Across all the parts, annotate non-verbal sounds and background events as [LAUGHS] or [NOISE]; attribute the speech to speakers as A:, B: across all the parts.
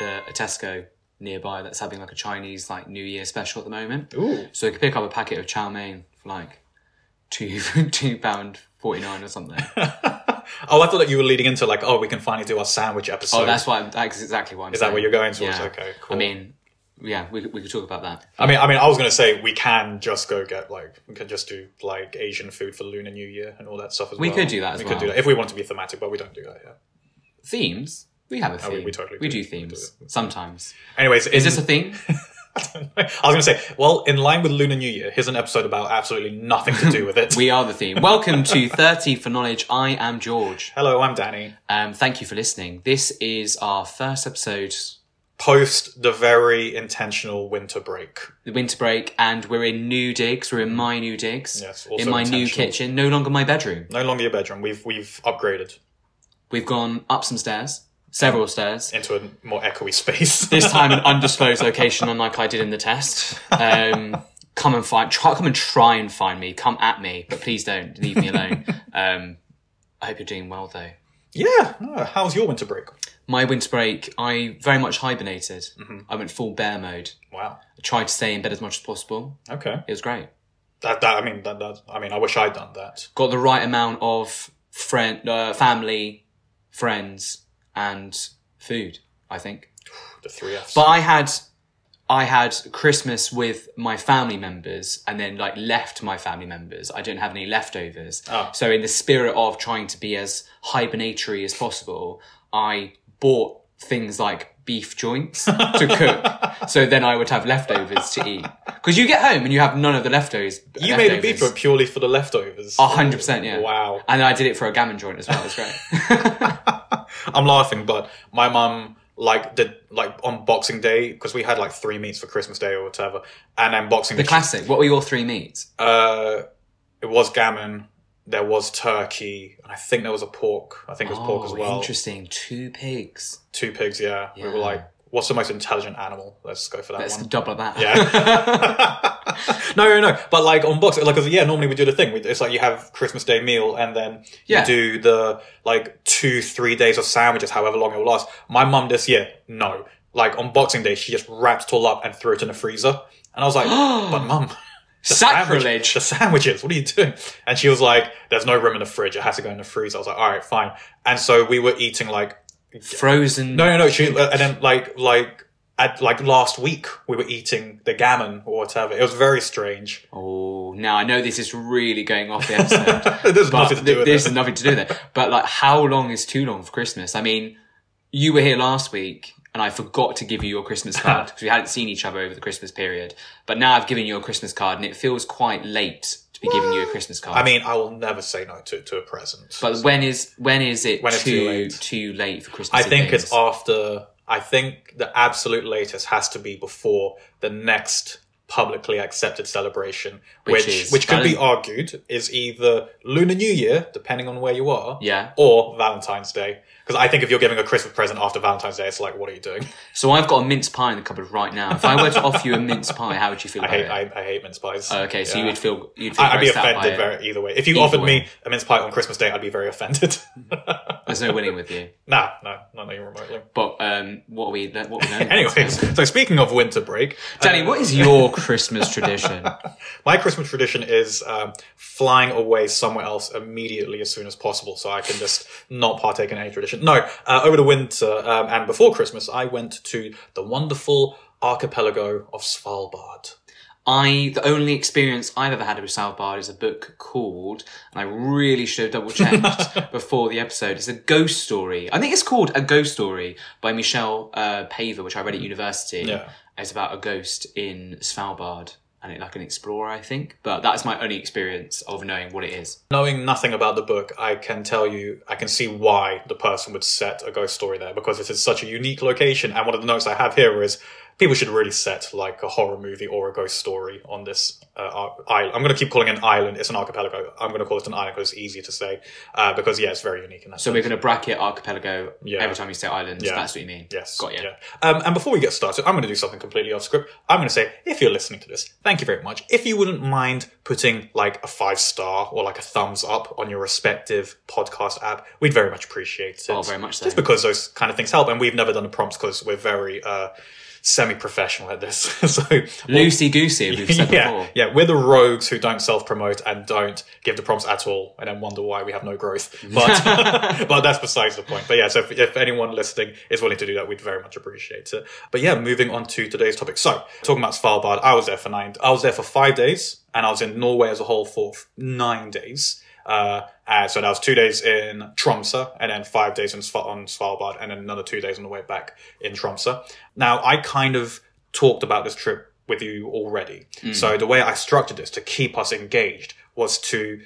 A: Tesco nearby that's having like a Chinese like New Year special at the moment.
B: Ooh.
A: So you could pick up a packet of chow mein for like two [LAUGHS] two pound forty nine or something.
B: [LAUGHS] Oh, I thought that you were leading into like, oh, we can finally do our sandwich episode.
A: oh, that's why I'm, that's exactly why. I'm
B: Is that
A: saying.
B: what you're going towards?
A: Yeah.
B: Okay, cool.
A: I mean, yeah, we could- we could talk about that.
B: I mean, I mean, I was gonna say we can just go get like we can just do like Asian food for Lunar New Year and all that stuff as
A: We
B: well.
A: could do that as
B: we could
A: well.
B: do that if we want to be thematic, but we don't do that. Yeah.
A: Themes. We have a theme.
B: Oh, we- we totally
A: we
B: do.
A: do,
B: We do
A: themes sometimes.
B: Anyways,
A: Is this a theme?
B: [LAUGHS] I was gonna say, well, in line with Lunar New Year, here's an episode about absolutely nothing to do with it.
A: [LAUGHS] we are the
B: [LAUGHS]
A: theme. Welcome to Thirty for Knowledge. I am George.
B: Hello, I'm Danny.
A: Um, thank you for listening. This is our first episode,
B: Post the very intentional winter break.
A: the winter break, and we're in new digs. We're in my new digs.
B: Yes, also
A: in my new
B: intentional.
A: kitchen, no longer my bedroom.
B: No longer your bedroom. We've we've upgraded
A: We've gone up some stairs, several stairs.
B: into a more echoey space.
A: this time an undisclosed location, unlike I did in the test. Um, come and find, try, come and try and find me. Come at me, but please don't leave me alone. Um, I hope you're doing well though.
B: [LAUGHS] yeah. Oh, how's your winter break?
A: My winter break, I very much hibernated.
B: Mm-hmm.
A: I went full bear mode.
B: Wow.
A: I tried to stay in bed as much as possible.
B: Okay.
A: It was great.
B: That, that I mean that, that I mean I wish I'd done that.
A: Got the right amount of friend, uh, family, friends, and food. I think.
B: The three Fs.
A: But I had I had Christmas with my family members and then like left my family members. I didn't have any leftovers.
B: Oh.
A: So in the spirit of trying to be as hibernatory as possible, I bought things like beef joints
B: [LAUGHS]
A: to cook. so then I would have leftovers to eat. Because you get home and you have none of the leftovers.
B: you made a beef joint purely for the leftovers.
A: hundred percent, yeah.
B: Wow. [LAUGHS]
A: And I did it for a gammon joint as well. It was great. [LAUGHS]
B: I'm laughing, but my mum like did like on Boxing Day because we had like three meats for Christmas Day or whatever, and then Boxing
A: the
B: Day,
A: classic. What were your three meats?
B: uh, it was gammon. There was turkey, and I think there was a pork. I think it was pork as well.
A: Oh, interesting. Two pigs.
B: Two pigs, yeah. We were
A: Yeah.
B: like, what's the most intelligent animal? Let's go for that
A: Let's
B: one.
A: double that.
B: Yeah. [LAUGHS] no, no, no. But like on box, like 'cause, yeah, normally we do the thing. We, it's like you have Christmas Day meal, and then
A: Yeah.
B: you do the like two, three days of sandwiches, however long it will last. My mum this year, no. Like on Boxing Day, she just wrapped it all up and threw it in the freezer, and I was like, but mum. the sandwich-
A: [LAUGHS] Sacrilege.
B: [LAUGHS] the sandwiches. What are you doing? And she was like, "There's no room in the fridge. It has to go in the freezer." I was like, "All right, fine." And so we were eating like
A: Frozen.
B: no, no, no. She uh, and then like like at like last week we were eating the gammon or whatever. It was very
A: [LAUGHS]
B: strange.
A: Oh, now I know this is really going off the episode,
B: There's
A: but
B: [LAUGHS] nothing to do
A: th-
B: with
A: this
B: this.
A: is nothing to do with it. But like, how long is too long for Christmas? I mean, you were here last week, and I forgot to give you your
B: [LAUGHS]
A: Christmas card because we hadn't seen each other over the Christmas period. But now I've given you a Christmas card, and it feels quite late to be giving you a Christmas card.
B: I mean, I will never say no to, to a present.
A: but when is when is it
B: When
A: too
B: it's too late.
A: too late for Christmas?
B: I think
A: things?
B: it's after. I think the absolute latest has to be before the next publicly accepted celebration,
A: Which
B: which
A: is
B: which, could be argued is either Lunar New Year, depending on where you are,
A: Yeah.
B: or Valentine's Day. Because I think if you're giving a Christmas present after Valentine's Day, it's like, what are
A: [LAUGHS]
B: you doing?
A: So I've got a mince pie in the cupboard right now. If I were to offer you a mince pie, how would you feel
B: I
A: about
B: hate
A: it?
B: I, I hate mince pies.
A: okay, so you
B: Yeah.
A: would feel you'd feel
B: I- I'd be
A: grossed out by
B: offended
A: it.
B: very, either way. If you
A: Either
B: offered
A: way.
B: me a mince pie on Christmas Day, I'd be very offended. [LAUGHS]
A: There's no winning with you.
B: nah, no, not even remotely.
A: But um, what are we what
B: [LAUGHS]
A: are we know?
B: Anyways, so speaking of winter break, um,
A: Danny, what is your Christmas
B: [LAUGHS]
A: tradition?
B: my Christmas tradition is um, flying away somewhere else immediately as soon as possible, so I can just not partake in any tradition. No, uh, over the winter um, and before Christmas, I went to the wonderful archipelago of Svalbard.
A: I the only experience I've ever had with Svalbard is a book called, and I really should have double
B: [LAUGHS]
A: checked before the episode. It's a ghost story. I think it's called A Ghost Story by Michelle uh, Paver, which I read at university.
B: Mm. Yeah.
A: It's about a ghost in Svalbard. And it, like an explorer, I think, but that's my only experience of knowing what it is.
B: Knowing nothing about the book, I can tell you, I can see why the person would set a ghost story there because it is such a unique location. And one of the notes I have here is people should really set like a horror movie or a ghost story on this uh, island. I'm going to keep calling it an island. It's an archipelago. I'm going to call it an island because it's easier to say. Uh, because yeah, it's very unique in that.
A: So
B: sense.
A: we're going to bracket archipelago
B: Yeah.
A: every time you say islands.
B: Yeah.
A: That's what you mean.
B: Yes.
A: Got you.
B: Yeah. Um, and before we get started, I'm going to do something completely off script. I'm going to say, if you're listening to this, thank you very much. If you wouldn't mind putting like a five star or like a thumbs up on your respective podcast app, we'd very much appreciate it.
A: Oh, very much so.
B: Just because those kind of things help. And we've never done the prompts because we're very uh, semi professional at this. [LAUGHS] so
A: Loosey goosey, we've [LAUGHS] said
B: [LAUGHS] yeah,
A: before.
B: yeah, we're the rogues who don't self-promote and don't give the prompts at all, and then wonder why we have
A: [LAUGHS]
B: no growth. But [LAUGHS] but that's besides the point. But yeah, so if, if anyone listening is willing to do that, we'd very much appreciate it. But yeah, moving on to today's topic. So talking about Svalbard, I was there for nine. I was there for five days, and I was in Norway as a whole for f- nine days. Uh, and so that was two days in Tromsø, and then five days in Sva- on Svalbard, and then another two days on the way back in Tromsø. Now I kind of talked about this trip with you already.
A: Hmm.
B: So the way I structured this to keep us engaged was to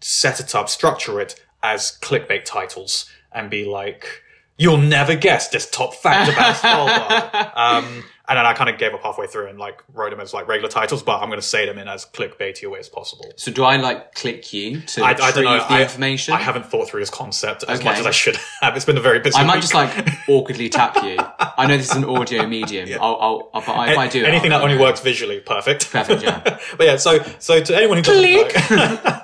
B: set it up, structure it as clickbait titles and be like, you'll never guess this top fact about
A: [LAUGHS]
B: Svalbard. um, and then I kind of gave up halfway through and like wrote them as like regular titles, but I'm going to say them in as clickbaity a way as possible.
A: So do I like click you to
B: I, I
A: retrieve
B: don't know.
A: the
B: I,
A: information?
B: I haven't thought through this concept as
A: Okay.
B: much as I should [LAUGHS] have. It's been a very busy
A: I might
B: week.
A: just like
B: [LAUGHS]
A: awkwardly tap you. I know this is an audio medium. I'll, I'll, I'll, but if I do
B: anything
A: I'll,
B: that only works visually, perfect.
A: Perfect, [LAUGHS] yeah.
B: [LAUGHS] but yeah, so so to anyone who doesn't know,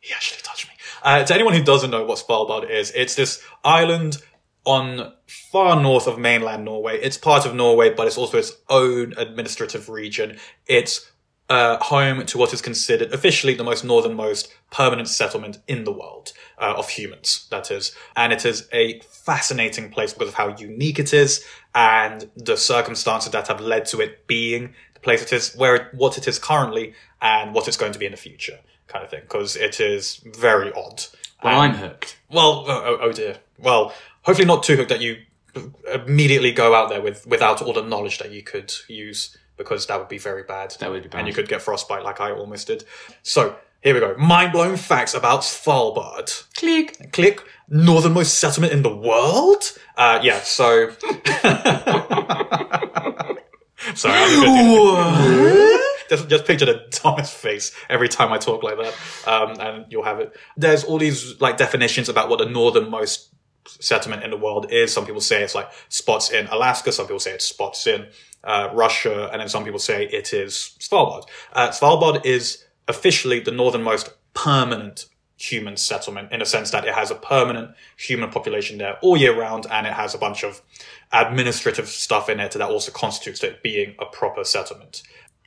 B: he actually touched me. Uh, to anyone who doesn't know what Svalbard is, it's this island on far north of mainland Norway. It's part of Norway, but it's also its own administrative region. It's uh, home to what is considered officially the most northernmost permanent settlement in the world uh, of humans, that is. And it is a fascinating place because of how unique it is and the circumstances that have led to it being the place it is, where it, what it is currently, and what it's going to be in the future, kind of thing. Because it is very odd.
A: Well,
B: Um,
A: I'm hooked.
B: Well, oh, oh, oh dear. Well, hopefully not too hooked that you immediately go out there with without all the knowledge that you could use because that would be very bad.
A: That would be bad.
B: And you could get frostbite like I almost did. So here we go. Mind blown facts about Svalbard. [LAUGHS]
A: Click.
B: Click. Northernmost settlement in the world. Uh, yeah. So. [LAUGHS] Sorry, [LAUGHS] I'm a bit [LAUGHS] just, just picture the dumbest face every time I talk like that, um, and you'll have it. There's all these like definitions about what the northernmost settlement in the world is. Some people say it's like spots in Alaska. Some people say it's spots in uh, Russia, and then some people say it is Svalbard. Uh, Svalbard is officially the northernmost permanent human settlement in a sense that it has a permanent human population there all year round and it has a bunch of administrative stuff in it that also constitutes it being a proper settlement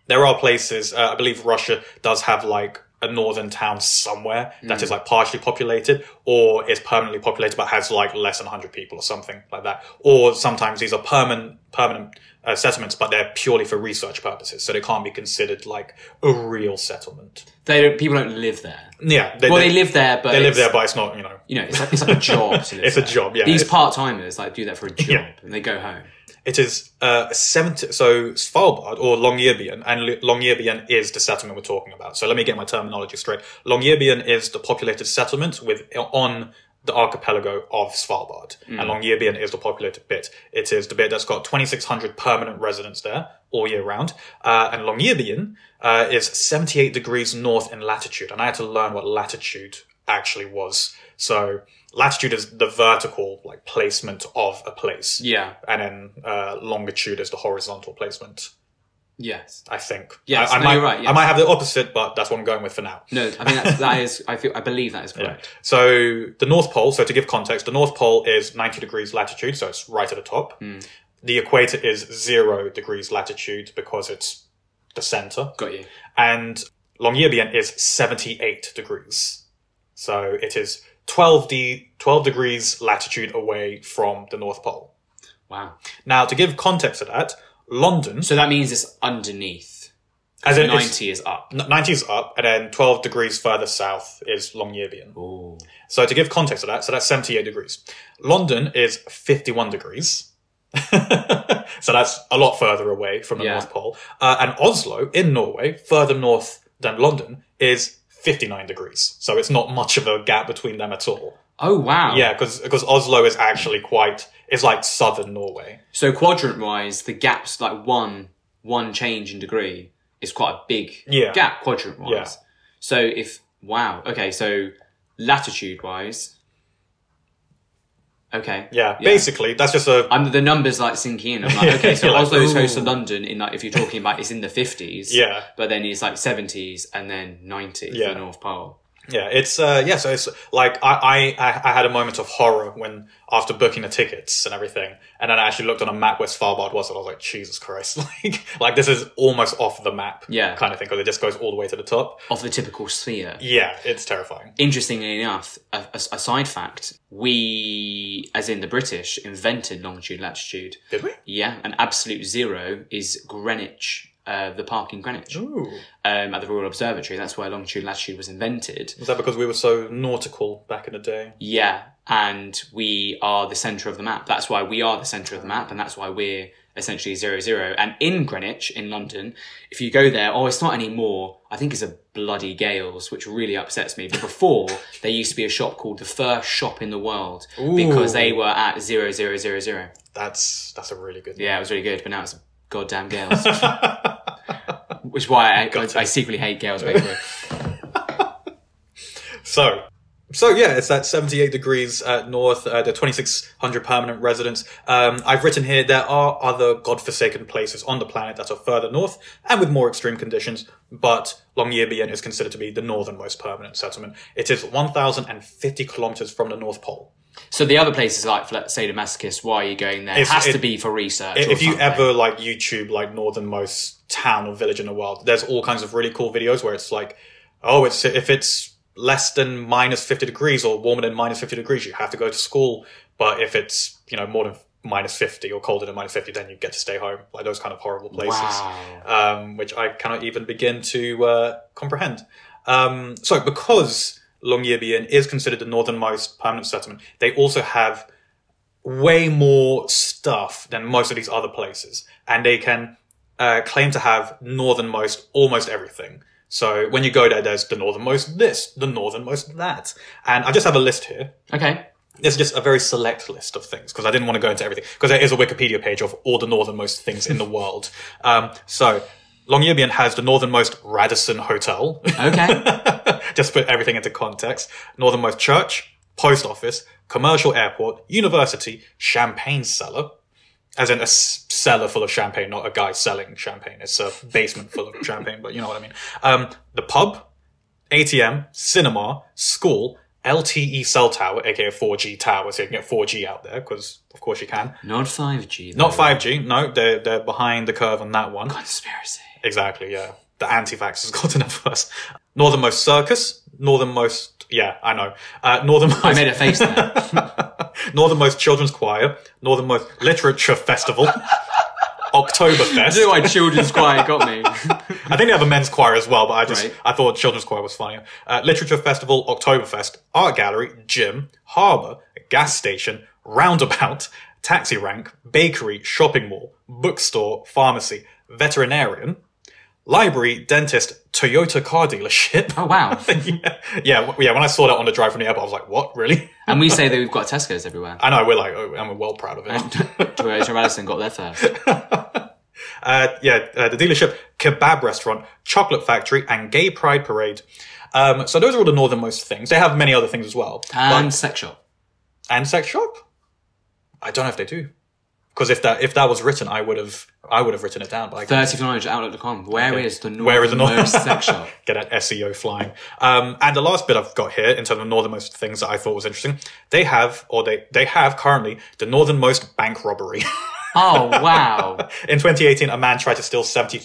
B: there are places uh, i believe russia does have like a northern town somewhere that
A: Mm.
B: is like partially populated or is permanently populated but has like less than 100 people or something like that or sometimes these are permanent permanent uh, settlements but they're purely for research purposes so they can't be considered like a real settlement
A: They don't. People don't live there.
B: yeah
A: Well, they live there, but
B: they live
A: it's-
B: there but it's not you know
A: You know, it's like, it's like a job. To live
B: [LAUGHS] It's a
A: there.
B: job, yeah.
A: These
B: It's-
A: part timers like do that for a job
B: [LAUGHS] Yeah.
A: and they go home.
B: It is uh, 70. So Svalbard or Longyearbyen, and L- Longyearbyen is the settlement we're talking about. So let me get my terminology straight. Longyearbyen is the populated settlement with on the archipelago of Svalbard, and Longyearbyen is the populated bit. It is the bit that's got 2,600 permanent residents there all year round, uh, and Longyearbyen uh, is 78 degrees north in latitude. And I had to learn what latitude actually was. So latitude is the vertical like placement of a place
A: Yeah.
B: and then uh, longitude is the horizontal placement.
A: Yes.
B: I think.
A: Yes,
B: I, I
A: no,
B: might,
A: you're right, yes.
B: I might have the opposite, but that's what I'm going with for now.
A: No, I think that's, that is. I feel. I believe that is correct.
B: So the North Pole. So to give context, the North Pole is 90 degrees latitude, so it's right at the top.
A: Hmm.
B: The equator is zero degrees latitude because it's the center,
A: Got you.
B: and Longyearbyen is 78 degrees. So it is 12 d 12 degrees latitude away from the North Pole.
A: Wow.
B: Now to give context to that, London
A: So that means it's underneath.
B: as in it's-
A: Ninety is up.
B: N- 90 is up, and then 12 degrees further south is Longyearbyen.
A: Ooh.
B: So to give context to that, so that's 78 degrees. London is 51 degrees. [LAUGHS] so that's a lot further away from the
A: Yeah.
B: North Pole. Uh, and Oslo in Norway, further north than London, is 59 degrees. So it's not much of a gap between them at all.
A: Oh wow!
B: Yeah, because Oslo is actually quite it's like southern Norway.
A: So quadrant wise, the gaps like one one change in degree is quite a big
B: Yeah.
A: gap quadrant wise.
B: Yeah.
A: So if wow, okay, so latitude wise, okay,
B: Yeah,
A: Yeah.
B: basically that's just a
A: I'm the numbers like sinking in. I'm
B: [LAUGHS]
A: like, okay, so
B: You're like,
A: Oslo is close to
B: ooh.
A: London in like if you're talking about it's in the fifties,
B: Yeah.
A: but then it's like seventies and then ninety for
B: Yeah.
A: the North Pole.
B: yeah. It's uh yeah. So it's like I I I I had a moment of horror when after booking the tickets and everything, and then I actually looked on a map where Svalbard was, and I was like, Jesus Christ, [LAUGHS] like like this is almost off the map.
A: Yeah.
B: kind of thing because it just goes all the way to the top.
A: Of the typical sphere.
B: Yeah, it's terrifying.
A: Interestingly enough, a, a- a side fact: we, as in the British, invented longitude latitude.
B: Did we?
A: Yeah, an absolute zero is Greenwich, uh, the park in Greenwich, um,
B: Ooh.
A: at the Royal Observatory. That's where longitude latitude was invented.
B: Is that because we were so nautical back in the day?
A: Yeah, and we are the centre of the map. That's why we are the centre of the map, and that's why we're essentially zero zero. And in Greenwich, in London, if you go there, oh, it's not anymore. I think it's a bloody Gales, which really upsets me. But before, there used to be a shop called the first shop in the world because
B: Ooh.
A: they were at zero zero zero zero.
B: That's that's a really good.
A: Yeah, it was really good, but now it's a goddamn
B: [LAUGHS]
A: Gales. Which is why I, I, I secretly hate Gales Bakery.
B: So, so yeah, it's at 78 degrees uh, north, uh, the 2,600 permanent residents. Um, I've written here there are other godforsaken places on the planet that are further north and with more extreme conditions, but Longyearbyen is considered to be the northernmost permanent settlement. It is 1,050 kilometers from the North Pole.
A: so the other places like for, let's say the masochist, why are you going there? It
B: It's-
A: has to
B: it-
A: be for research. or
B: if you
A: something.
B: ever like YouTube like northernmost town or village in the world, there's all kinds of really cool videos where it's like, oh, it's if it's less than minus fifty degrees or warmer than minus fifty degrees, you have to go to school. But if it's you know more than minus fifty or colder than minus fifty, then you get to stay home. Like those kind of horrible places,
A: Wow.
B: um, which I cannot even begin to uh, comprehend. Um, so because Longyearbyen is considered the northernmost permanent settlement, they also have way more stuff than most of these other places, and they can uh, claim to have northernmost almost everything. So when you go there, there's the northernmost this, the northernmost that, and I just have a list here.
A: Okay.
B: This is just a very select list of things because I didn't want to go into everything because there is a Wikipedia page of all the northernmost things in the world. Um, so Longyearbyen has the northernmost Radisson Hotel. [LAUGHS]
A: Okay. [LAUGHS]
B: just put everything into context. Northernmost church, post office, commercial airport, university, champagne cellar. As in a s- cellar full of champagne, not a guy selling champagne. It's a basement full of champagne, but you know what I mean. Um, the pub, ATM, cinema, school, LTE cell tower, aka 4G tower, so you can get 4G out there, because of course you can.
A: Not 5G.
B: Not
A: though.
B: 5G, no, they're, they're behind the curve on that one. [LAUGHS]
A: Conspiracy.
B: Exactly, yeah. The anti-vaxxers [LAUGHS] got in it first. Northernmost circus, northernmost, yeah, I know. Uh, northernmost,
A: I made a face there.
B: [LAUGHS] northernmost children's choir, northernmost literature festival, [LAUGHS]
A: I don't know
B: Oktoberfest.
A: why children's choir got me.
B: I think they have a men's choir as well, but I just
A: Right.
B: I thought children's choir was funnier. Uh, literature festival, Oktoberfest, art gallery, gym, harbour, gas station, roundabout, taxi rank, bakery, shopping mall, bookstore, pharmacy, veterinarian. Library, dentist, Toyota car dealership.
A: [LAUGHS] Oh wow!
B: [LAUGHS] yeah, yeah, w- yeah. When I saw that on the drive from the airport, I was like, "What, really?" [LAUGHS]
A: And we say that we've got Tesco's everywhere. [LAUGHS]
B: I know we're like, oh, and we're well proud of it.
A: Toyota Madison got there
B: [LAUGHS]
A: first.
B: uh, yeah, uh, the dealership, kebab restaurant, chocolate factory, and gay pride parade. Um, so those are all the northernmost things. They have many other things as well,
A: And sex shop.
B: But- and sex shop. I don't know if they do, because if that if that was written, I would have I would have written it down. But I can't.
A: Thirty for knowledge outlook.com. Where is the north
B: Where is the north-
A: sex shop?
B: get that SEO flying. Um, and the last bit I've got here in terms of northernmost things that I thought was interesting, they have or they they have currently the northernmost bank robbery. [LAUGHS]
A: Oh wow!
B: In 2018, a man tried to steal 70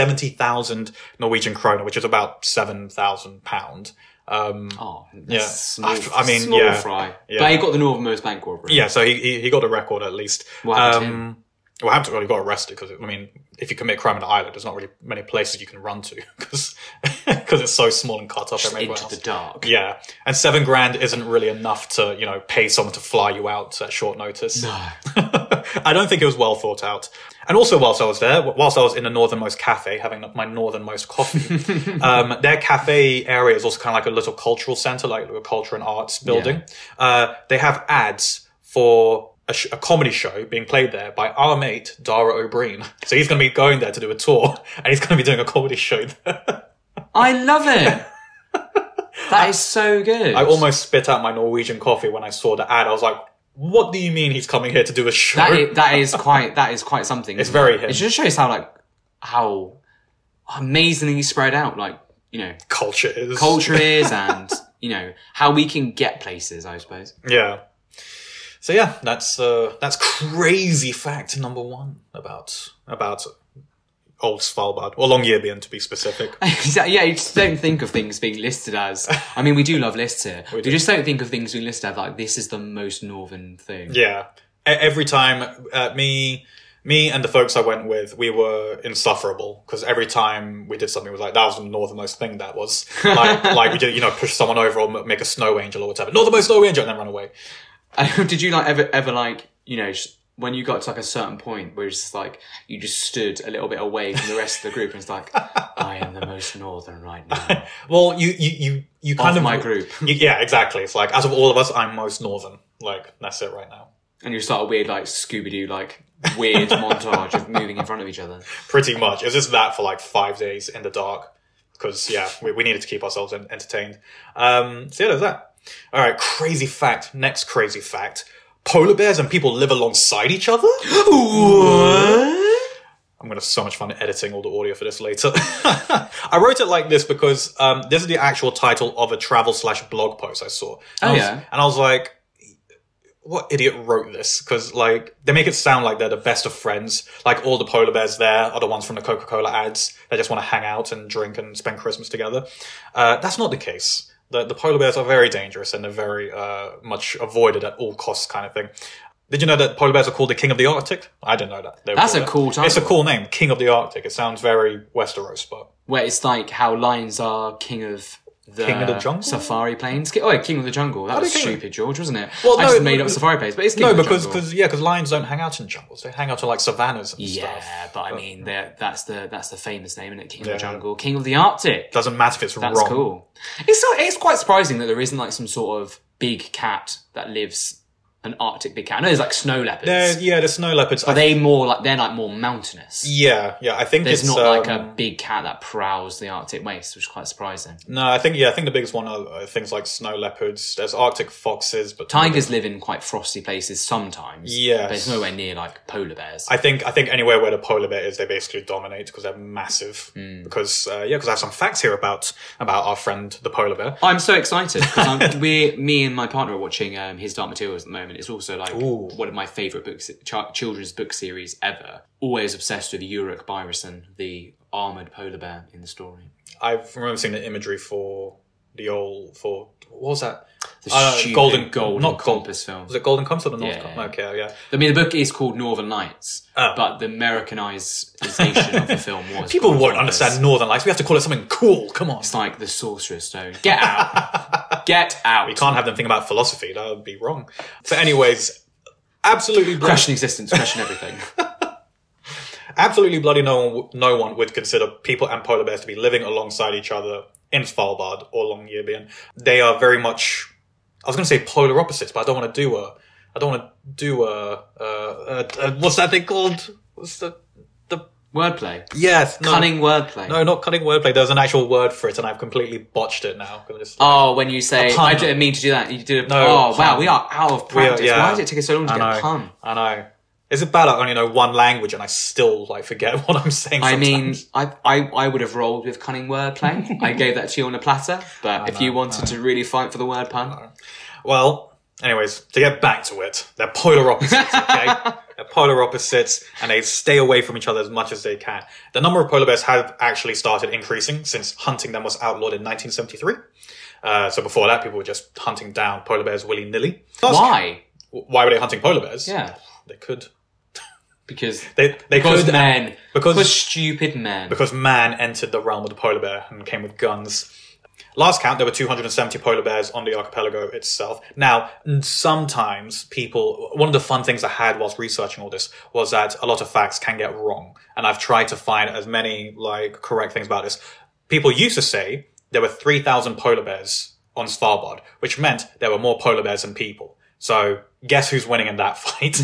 B: 70,000 Norwegian kroner, which is about 7,000 pound. Um,
A: Oh, that's
B: Yeah.
A: small,
B: I mean,
A: small
B: yeah.
A: fry.
B: Yeah.
A: But he got the northernmost bank robbery.
B: yeah, so he, he, he got a record at least.
A: What happened to
B: Um, Well, Hampton really got arrested because, I mean, if you commit crime in Ireland, there's not really many places you can run to [LAUGHS] because it's so small and cut off
A: Just
B: everywhere
A: into
B: else.
A: the dark.
B: Yeah, and seven grand isn't really enough to you know pay someone to fly you out at short notice.
A: No.
B: [LAUGHS] I don't think it was well thought out. And also, whilst I was there, whilst I was in the northernmost cafe having my northernmost coffee, um, their cafe area is also kind of like a little cultural center, like a culture and arts building. Uh, they have ads for. A, sh- a comedy show being played there by our mate Dara O'Brien. So he's going to be going there to do a tour, [LAUGHS] and he's going to be doing a comedy show there.
A: I love
B: [LAUGHS]
A: it. That is so good.
B: I almost spit out my Norwegian coffee when I saw the ad. I was like, "What do you mean he's coming here to do a show?"
A: that is, that is quite that is quite something.
B: It's
A: isn't it?
B: very him.
A: It just shows how like how amazingly spread out like you know
B: culture is
A: culture
B: [LAUGHS]
A: is and you know how we can get places. I suppose. [LAUGHS]
B: Yeah. So yeah, that's uh, that's crazy fact number one about about old Svalbard or Longyearbyen to be
A: [LAUGHS]
B: specific.
A: Exactly. Yeah, you just don't think of things being listed as. I mean, we do love lists here. We,
B: do.
A: just don't think of things being listed as like this is the most northern thing.
B: Yeah. E- every time uh, me me and the folks I went with, we were insufferable because every time we did something, it was like that was the northernmost thing
A: [LAUGHS]
B: that was like like we did you know push someone over or m- make a snow angel or whatever northernmost snow angel and then run away.
A: [LAUGHS] Did you like ever ever like you know sh- when you got to like a certain point where it's just like you just stood a little bit away from the rest of the group and it's
B: [LAUGHS]
A: like I am the most northern right now
B: Well, you you you you kind
A: of
B: of
A: my group,
B: You- [LAUGHS] yeah, exactly. It's like out of all of us, I'm most northern. Like that's it right now.
A: and you start a weird like Scooby Doo like weird
B: [LAUGHS]
A: montage of moving in front of each other.
B: Pretty much. It was just that for like five days in the dark because yeah, we, we needed to keep ourselves en- entertained. Um, so yeah, there's that. All right, crazy fact. Next crazy fact: polar bears and people live alongside each other. I'm gonna have so much fun editing all the audio for this later. [LAUGHS] I wrote it like this because um, this is the actual title of a travel slash blog post I saw. And
A: Oh,
B: I was-
A: yeah.
B: and I was like, what idiot wrote this? Because like they make it sound like they're the best of friends. Like all the polar bears there are the ones from the Coca Cola ads. They just want to hang out and drink and spend Christmas together. Uh, that's not the case. The, the polar bears are very dangerous and they're very uh, much avoided at all costs, kind of thing. Did you know that polar bears are called the king of the Arctic? I didn't know that. They were
A: That's
B: called
A: a
B: that.
A: cool
B: It's a
A: title.
B: cool name, King of the Arctic. It sounds very Westeros, but
A: Where it's like how lions are king of the,
B: King of the jungle?
A: safari plains. Ki- Oh, yeah, king of the jungle. That was
B: do you think-
A: stupid, George, wasn't it?
B: Well,
A: I
B: no,
A: just
B: it-
A: made up safari plains, but it's king
B: no,
A: of the
B: because
A: jungle.
B: cause, yeah, because lions don't hang out in jungles. They hang out in like savannas and
A: yeah,
B: stuff.
A: but I mean they're- that's the that's the famous name, isn't it? King
B: Yeah.
A: of the jungle, king of the Arctic.
B: Doesn't matter if it's
A: That's
B: wrong.
A: cool. It's so, it's quite surprising that there isn't like some sort of big cat that lives an Arctic big cat. I know there's like snow leopards.
B: They're- Uh, yeah, the snow leopards. I
A: Are they more like they're like more mountainous?
B: Yeah, yeah. I think
A: There's
B: it's
A: not
B: um,
A: like a big cat that prowls the Arctic waste, which is quite surprising.
B: no. I think yeah. I think the biggest one are uh, things like snow leopards. There's Arctic foxes, but
A: Tigers live in quite frosty places sometimes.
B: Yes.
A: But it's nowhere near like polar bears.
B: I think I think anywhere where the polar bear is, they basically dominate because they're massive.
A: Hmm.
B: Because uh, yeah, because I have some facts here about about our friend the polar bear.
A: I'm so excited because
B: [LAUGHS]
A: we, me and my partner are watching um, His Dark Materials at the moment. It's also like
B: Ooh.
A: one of my favorite books, ch- children's book series ever. Always obsessed with Uruk Byrison, the armored polar bear in the story.
B: I've remember seeing the imagery for the old for what was that?
A: The
B: Uh,
A: stupid
B: Golden-
A: golden
B: not Gold-
A: compass film.
B: Was it Golden Compass or the North
A: Yeah.
B: Compass? Okay, yeah.
A: I mean, the book is called Northern Lights,
B: Oh.
A: but the Americanization
B: [LAUGHS]
A: of the film was
B: People
A: called
B: won't
A: Compass.
B: understand Northern Lights. We have to call it something cool. Come on.
A: It's like the Sorcerer's Stone. Get out!
B: [LAUGHS]
A: Get out!
B: We can't have them think about philosophy. That would be wrong. So, anyways, absolutely brilliant.
A: Question existence, question
B: [LAUGHS]
A: everything.
B: absolutely bloody no one, no one would consider people and polar bears to be living alongside each other in Svalbard or Longyearbyen. They are very much, I was going to say polar opposites, but I don't want to do a, I don't want to do a, uh, uh, uh, what's that thing called? What's the, the,
A: Wordplay.
B: yes, no,
A: Cunning wordplay.
B: no, not cutting wordplay. There's an actual word for it and I've completely botched it now. I'm just-
A: Oh, when you say,
B: A pun.
A: I didn't mean to do that. You did a
B: No,
A: Oh,
B: pun.
A: wow, we are out of
B: are-
A: practice.
B: yeah.
A: Why did it take us so long to
B: I
A: get a
B: know.
A: pun?
B: I know. Is it bad? I only know one language and I still like forget [LAUGHS] what I'm saying.
A: I mean,
B: sometimes.
A: I, I, I would have rolled with cunning
B: [LAUGHS]
A: wordplay. I gave that to you on a platter, but if you wanted to really fight for the word pun,
B: Well, anyways, to get back to it, they're polar
A: [LAUGHS]
B: opposites, okay? they're polar opposites and they stay away from each other as much as they can. The number of polar bears have actually started increasing since hunting them was outlawed in 1973. Uh, so before that, people were just hunting down polar bears willy nilly.
A: why?
B: Why were they hunting polar bears?
A: Yeah.
B: They could.
A: because
B: They they
A: because
B: could
A: men,
B: because-
A: because, stupid men.
B: because man entered the realm of the polar bear and came with guns. Last count, there were 270 polar bears on the archipelago itself. Now, n- sometimes people, one of the fun things I had whilst researching all this was that a lot of facts can get wrong. And I've tried to find as many, like, correct things about this. People used to say there were 3,000 polar bears on Svalbard, which meant there were more polar bears than people. So guess who's winning in that [LAUGHS] fight?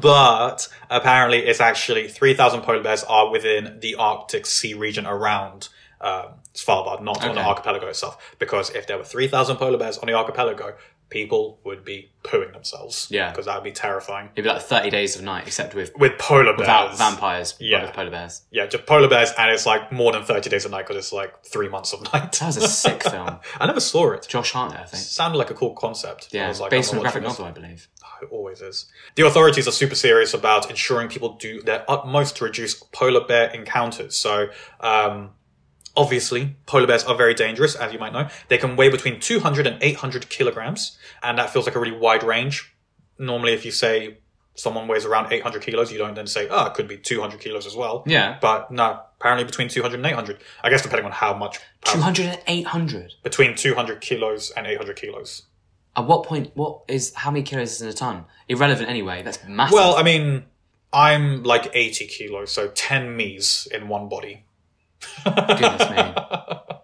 B: but apparently, it's actually 3,000 polar bears are within the Arctic sea region around um, Svalbard, not on the
A: Okay.
B: archipelago itself. Because if there were 3,000 polar bears on the archipelago, people would be pooing themselves.
A: Yeah.
B: Because that would be terrifying.
A: It'd be like Thirty Days of Night, except with
B: With polar bears.
A: without vampires, but
B: Yeah.
A: with polar bears.
B: Yeah, just polar bears, and it's like more than 30 days a night because it's like three months of [LAUGHS] night.
A: That was a sick film.
B: I never saw it.
A: Josh Hartnett, I think.
B: Sounded like a cool concept. I
A: Yeah,
B: was like,
A: based
B: I'm
A: on a
B: not
A: graphic
B: watching this.
A: novel, I believe.
B: It always is. The authorities are super serious about ensuring people do their utmost to reduce polar bear encounters. So, um, obviously, polar bears are very dangerous, as you might know. They can weigh between 200 and 800 kilograms, and that feels like a really wide range. Normally, if you say someone weighs around 800 kilos, you don't then say, oh, it could be 200 kilos as well.
A: Yeah,
B: But no, apparently between 200 and 800. I guess depending on how much.
A: two hundred and eight hundred.
B: Between 200 kilos and 800 kilos.
A: At what point? What is how many kilos is in a ton? Irrelevant anyway. That's massive.
B: Well, I mean, I'm like 80 kilos, so 10 me's in one body.
A: goodness me.
B: [LAUGHS]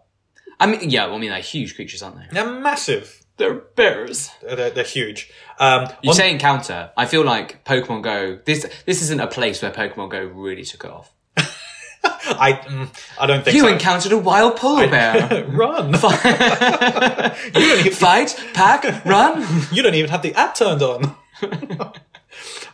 A: I mean, yeah. Well, I mean, they're huge creatures, aren't they?
B: They're massive.
A: They're bears.
B: They're, they're, they're huge. Um,
A: You
B: on-
A: say encounter. I feel like Pokemon Go. This this isn't a place where Pokemon Go really took it off.
B: I, mm, I don't think
A: You
B: so.
A: encountered a wild polar bear.
B: Run!
A: [LAUGHS] Fight, pack,
B: [LAUGHS]
A: run.
B: [LAUGHS] you don't even have the app turned on. [LAUGHS]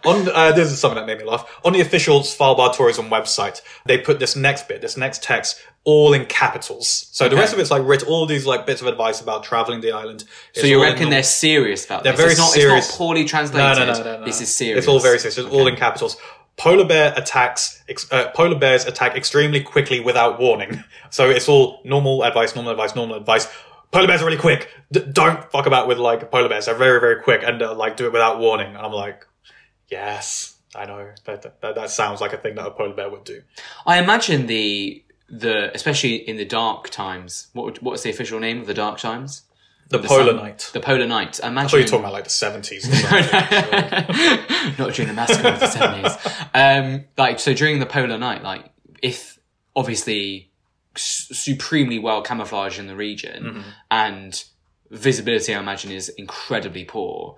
B: on uh, this is something that made me laugh. On the official Svalbard tourism website, they put this next bit, this next text, all in capitals. So the rest of it's like written all these like bits of advice about traveling the island.
A: So you reckon they're serious about
B: They're
A: this?
B: very
A: it's not,
B: serious.
A: It's not poorly
B: No,
A: translated.
B: no, no, no, no.
A: This is serious.
B: It's all very serious. It's all in capitals. Polar bear attacks. Ex- uh, polar bears attack extremely quickly without warning. [LAUGHS] So it's all normal advice, normal advice, normal advice. Polar bears are really quick. D- don't fuck about with like polar bears. They're very, very quick and uh, like do it without warning. And I'm like, yes, I know that, that that sounds like a thing that a polar bear would do.
A: I imagine the the especially in the dark times. What would- what's the official name of the dark times?
B: The,
A: The
B: polar
A: sun-
B: night.
A: The polar night. I
B: So
A: imagine.
B: you're talking about like
A: [LAUGHS]
B: the 70s. Or something.
A: not during the massacre of the seventies. Um, like so during the polar night, like if obviously s- supremely well camouflaged in the region and visibility, I imagine, is incredibly poor,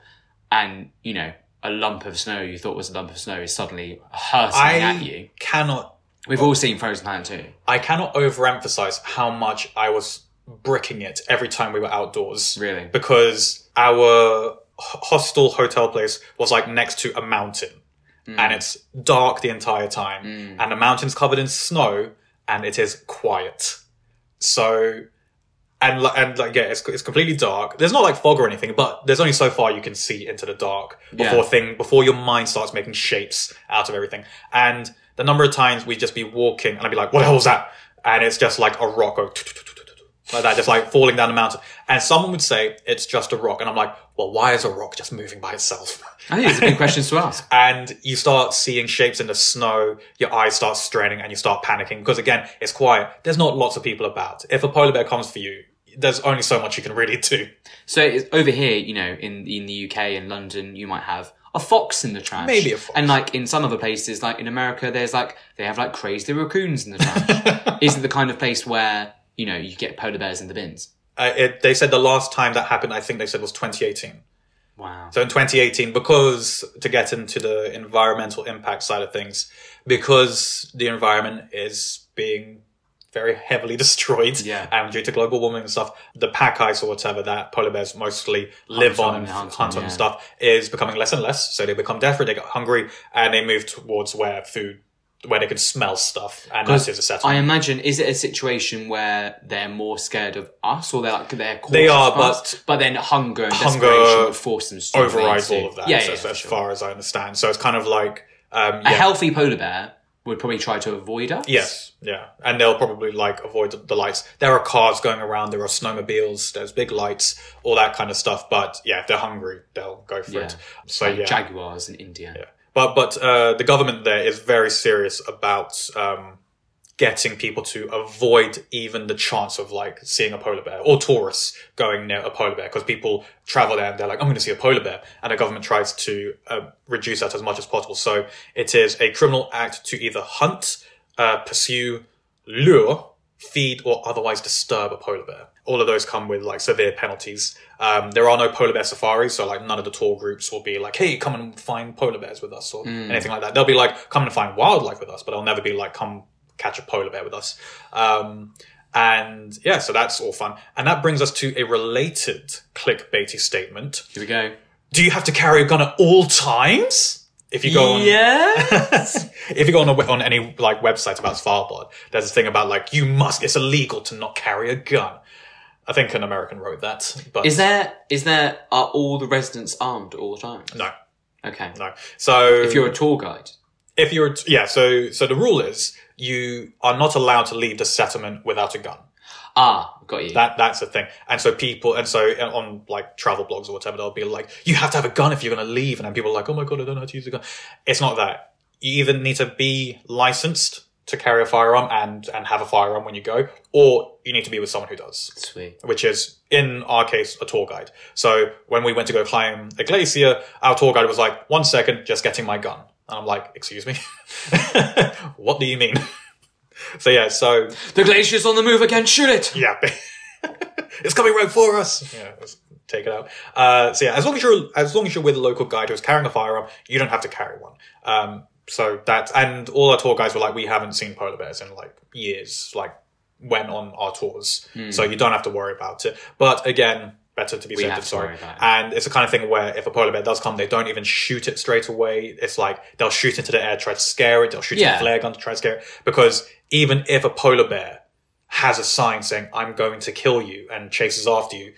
A: and you know a lump of snow you thought was a lump of snow is suddenly hurtling at
B: I
A: you.
B: cannot
A: We've all seen Frozen Planet too.
B: I cannot overemphasize how much I was bricking it every time we were outdoors.
A: Really?
B: Because our h- hostel hotel place was like next to a mountain and it's dark the entire time and the mountain's covered in snow and it is quiet. So and li- and like yeah, it's it's completely dark. There's not like fog or anything, but there's only so far you can see into the dark before
A: Yeah.
B: thing before your mind starts making shapes out of everything. And the number of times we'd just be walking and I'd be like, "What the hell was that?" And it's just like a rock going like that, just like falling down the mountain. And someone would say it's just a rock, and I'm like, "Well, why is a rock just moving by itself?" [LAUGHS]
A: I think it's a good question to ask.
B: and you start seeing shapes in the snow, your eyes start straining and you start panicking because again, it's quiet. There's not lots of people about. If a polar bear comes for you, there's only so much you can really [LAUGHS] do.
A: So it's, over here, you know, in in the UK and London, you might have a fox in the trash.
B: Maybe a fox.
A: And like in some other places, like in America, there's like they have like crazy raccoons in the
B: [LAUGHS]
A: trash. Is it the kind of place where you know you get polar bears in the bins?
B: Uh, it, they said the last time that happened, I think they said was 2018.
A: Wow.
B: So in 2018, because to get into the environmental impact side of things, because the environment is being very heavily [LAUGHS] destroyed,
A: Yeah.
B: and due to global warming and stuff, the pack ice or whatever that polar bears mostly live
A: on
B: on and
A: and hunt
B: hunt
A: on,
B: on and
A: yeah.
B: stuff is becoming less and less. So they become desperate, they get hungry, and they move towards where food, where they can smell stuff, and that is a settlement.
A: I imagine is it a situation where they're more scared of us, or they're like they're cautious
B: They are,
A: of us,
B: but-
A: but then hunger and
B: Hunger
A: desperation would force them to do what they
B: Overrides
A: do.
B: all of that,
A: Yeah,
B: so,
A: yeah,
B: so
A: for
B: as
A: sure.
B: far as I understand. So it's kind of like um,
A: A
B: yeah.
A: healthy polar bear would probably try to avoid us.
B: Yes, yeah, and they'll probably like avoid the- the lights. There are cars going around, there are snowmobiles, there's big lights, all that kind of stuff. But yeah, if they're hungry, they'll go for
A: Yeah.
B: it. So
A: Like
B: yeah,
A: jaguars in India.
B: But but uh, the government there is very serious about um, getting people to avoid even the chance of like seeing a polar bear or tourists going near a polar bear because people travel there and they're like, I'm going to see a polar bear. And the government tries to uh, reduce that as much as possible. So it is a criminal act to either hunt, uh, pursue, lure, feed, or otherwise disturb a polar bear. All of those come with like severe penalties. Um, there are no polar bear safaris, so like none of the tour groups will be like, "Hey, come and find polar bears with us" or anything like that. They'll be like, "Come and find wildlife with us," but they'll never be like, "Come catch a polar bear with us. Um, and yeah, so that's all fun. And that brings us to a related clickbaity statement.
A: Here we go.
B: Do you have to carry a gun at all times? If you go on, [LAUGHS]
A: Yeah.
B: if you go on a, on any like website about Svalbard, there's a thing about like you must. It's illegal to not carry a gun. I think an American wrote that, but
A: is there is there are all the residents armed all the time?
B: no,
A: Okay.
B: no. So
A: If you're a tour guide,
B: if you're yeah, so so the rule is you are not allowed to leave the settlement without a gun.
A: ah, got you.
B: That that's the thing. And so people, and so uh, on like travel blogs or whatever, they'll be like, you have to have a gun if you're going to leave. And then people are like, oh my god, I don't know how to use a gun. It's not that. You either need to be licensed to carry a firearm and and have a firearm when you go, or you need to be with someone who does
A: Sweet.
B: which is in our case a tour guide. So when we went to go climb a glacier, our tour guide was like, "One second, just getting my gun," and I'm like, "Excuse me, [LAUGHS] what do you mean?" [LAUGHS] so yeah, so
A: The glacier's on the move again. Shoot it.
B: [LAUGHS] yeah, it's coming right for us. Yeah, let's take it out. Uh, so yeah, as long as you're as long as you're with a local guide who's carrying a firearm, you don't have to carry one. Um, so that and all our tour guides were like, we haven't seen polar bears in like years, like when on our tours. So you don't have to worry about it. But again. Better to be safe
A: have
B: than
A: to
B: sorry.
A: worry about it.
B: And it's the kind of thing where if a polar bear does come, they don't even shoot it straight away. It's like they'll shoot into the air, try to scare it. They'll shoot
A: Yeah.
B: a flare gun to try to scare it. Because even if a polar bear has a sign saying "I'm going to kill you" and chases after you,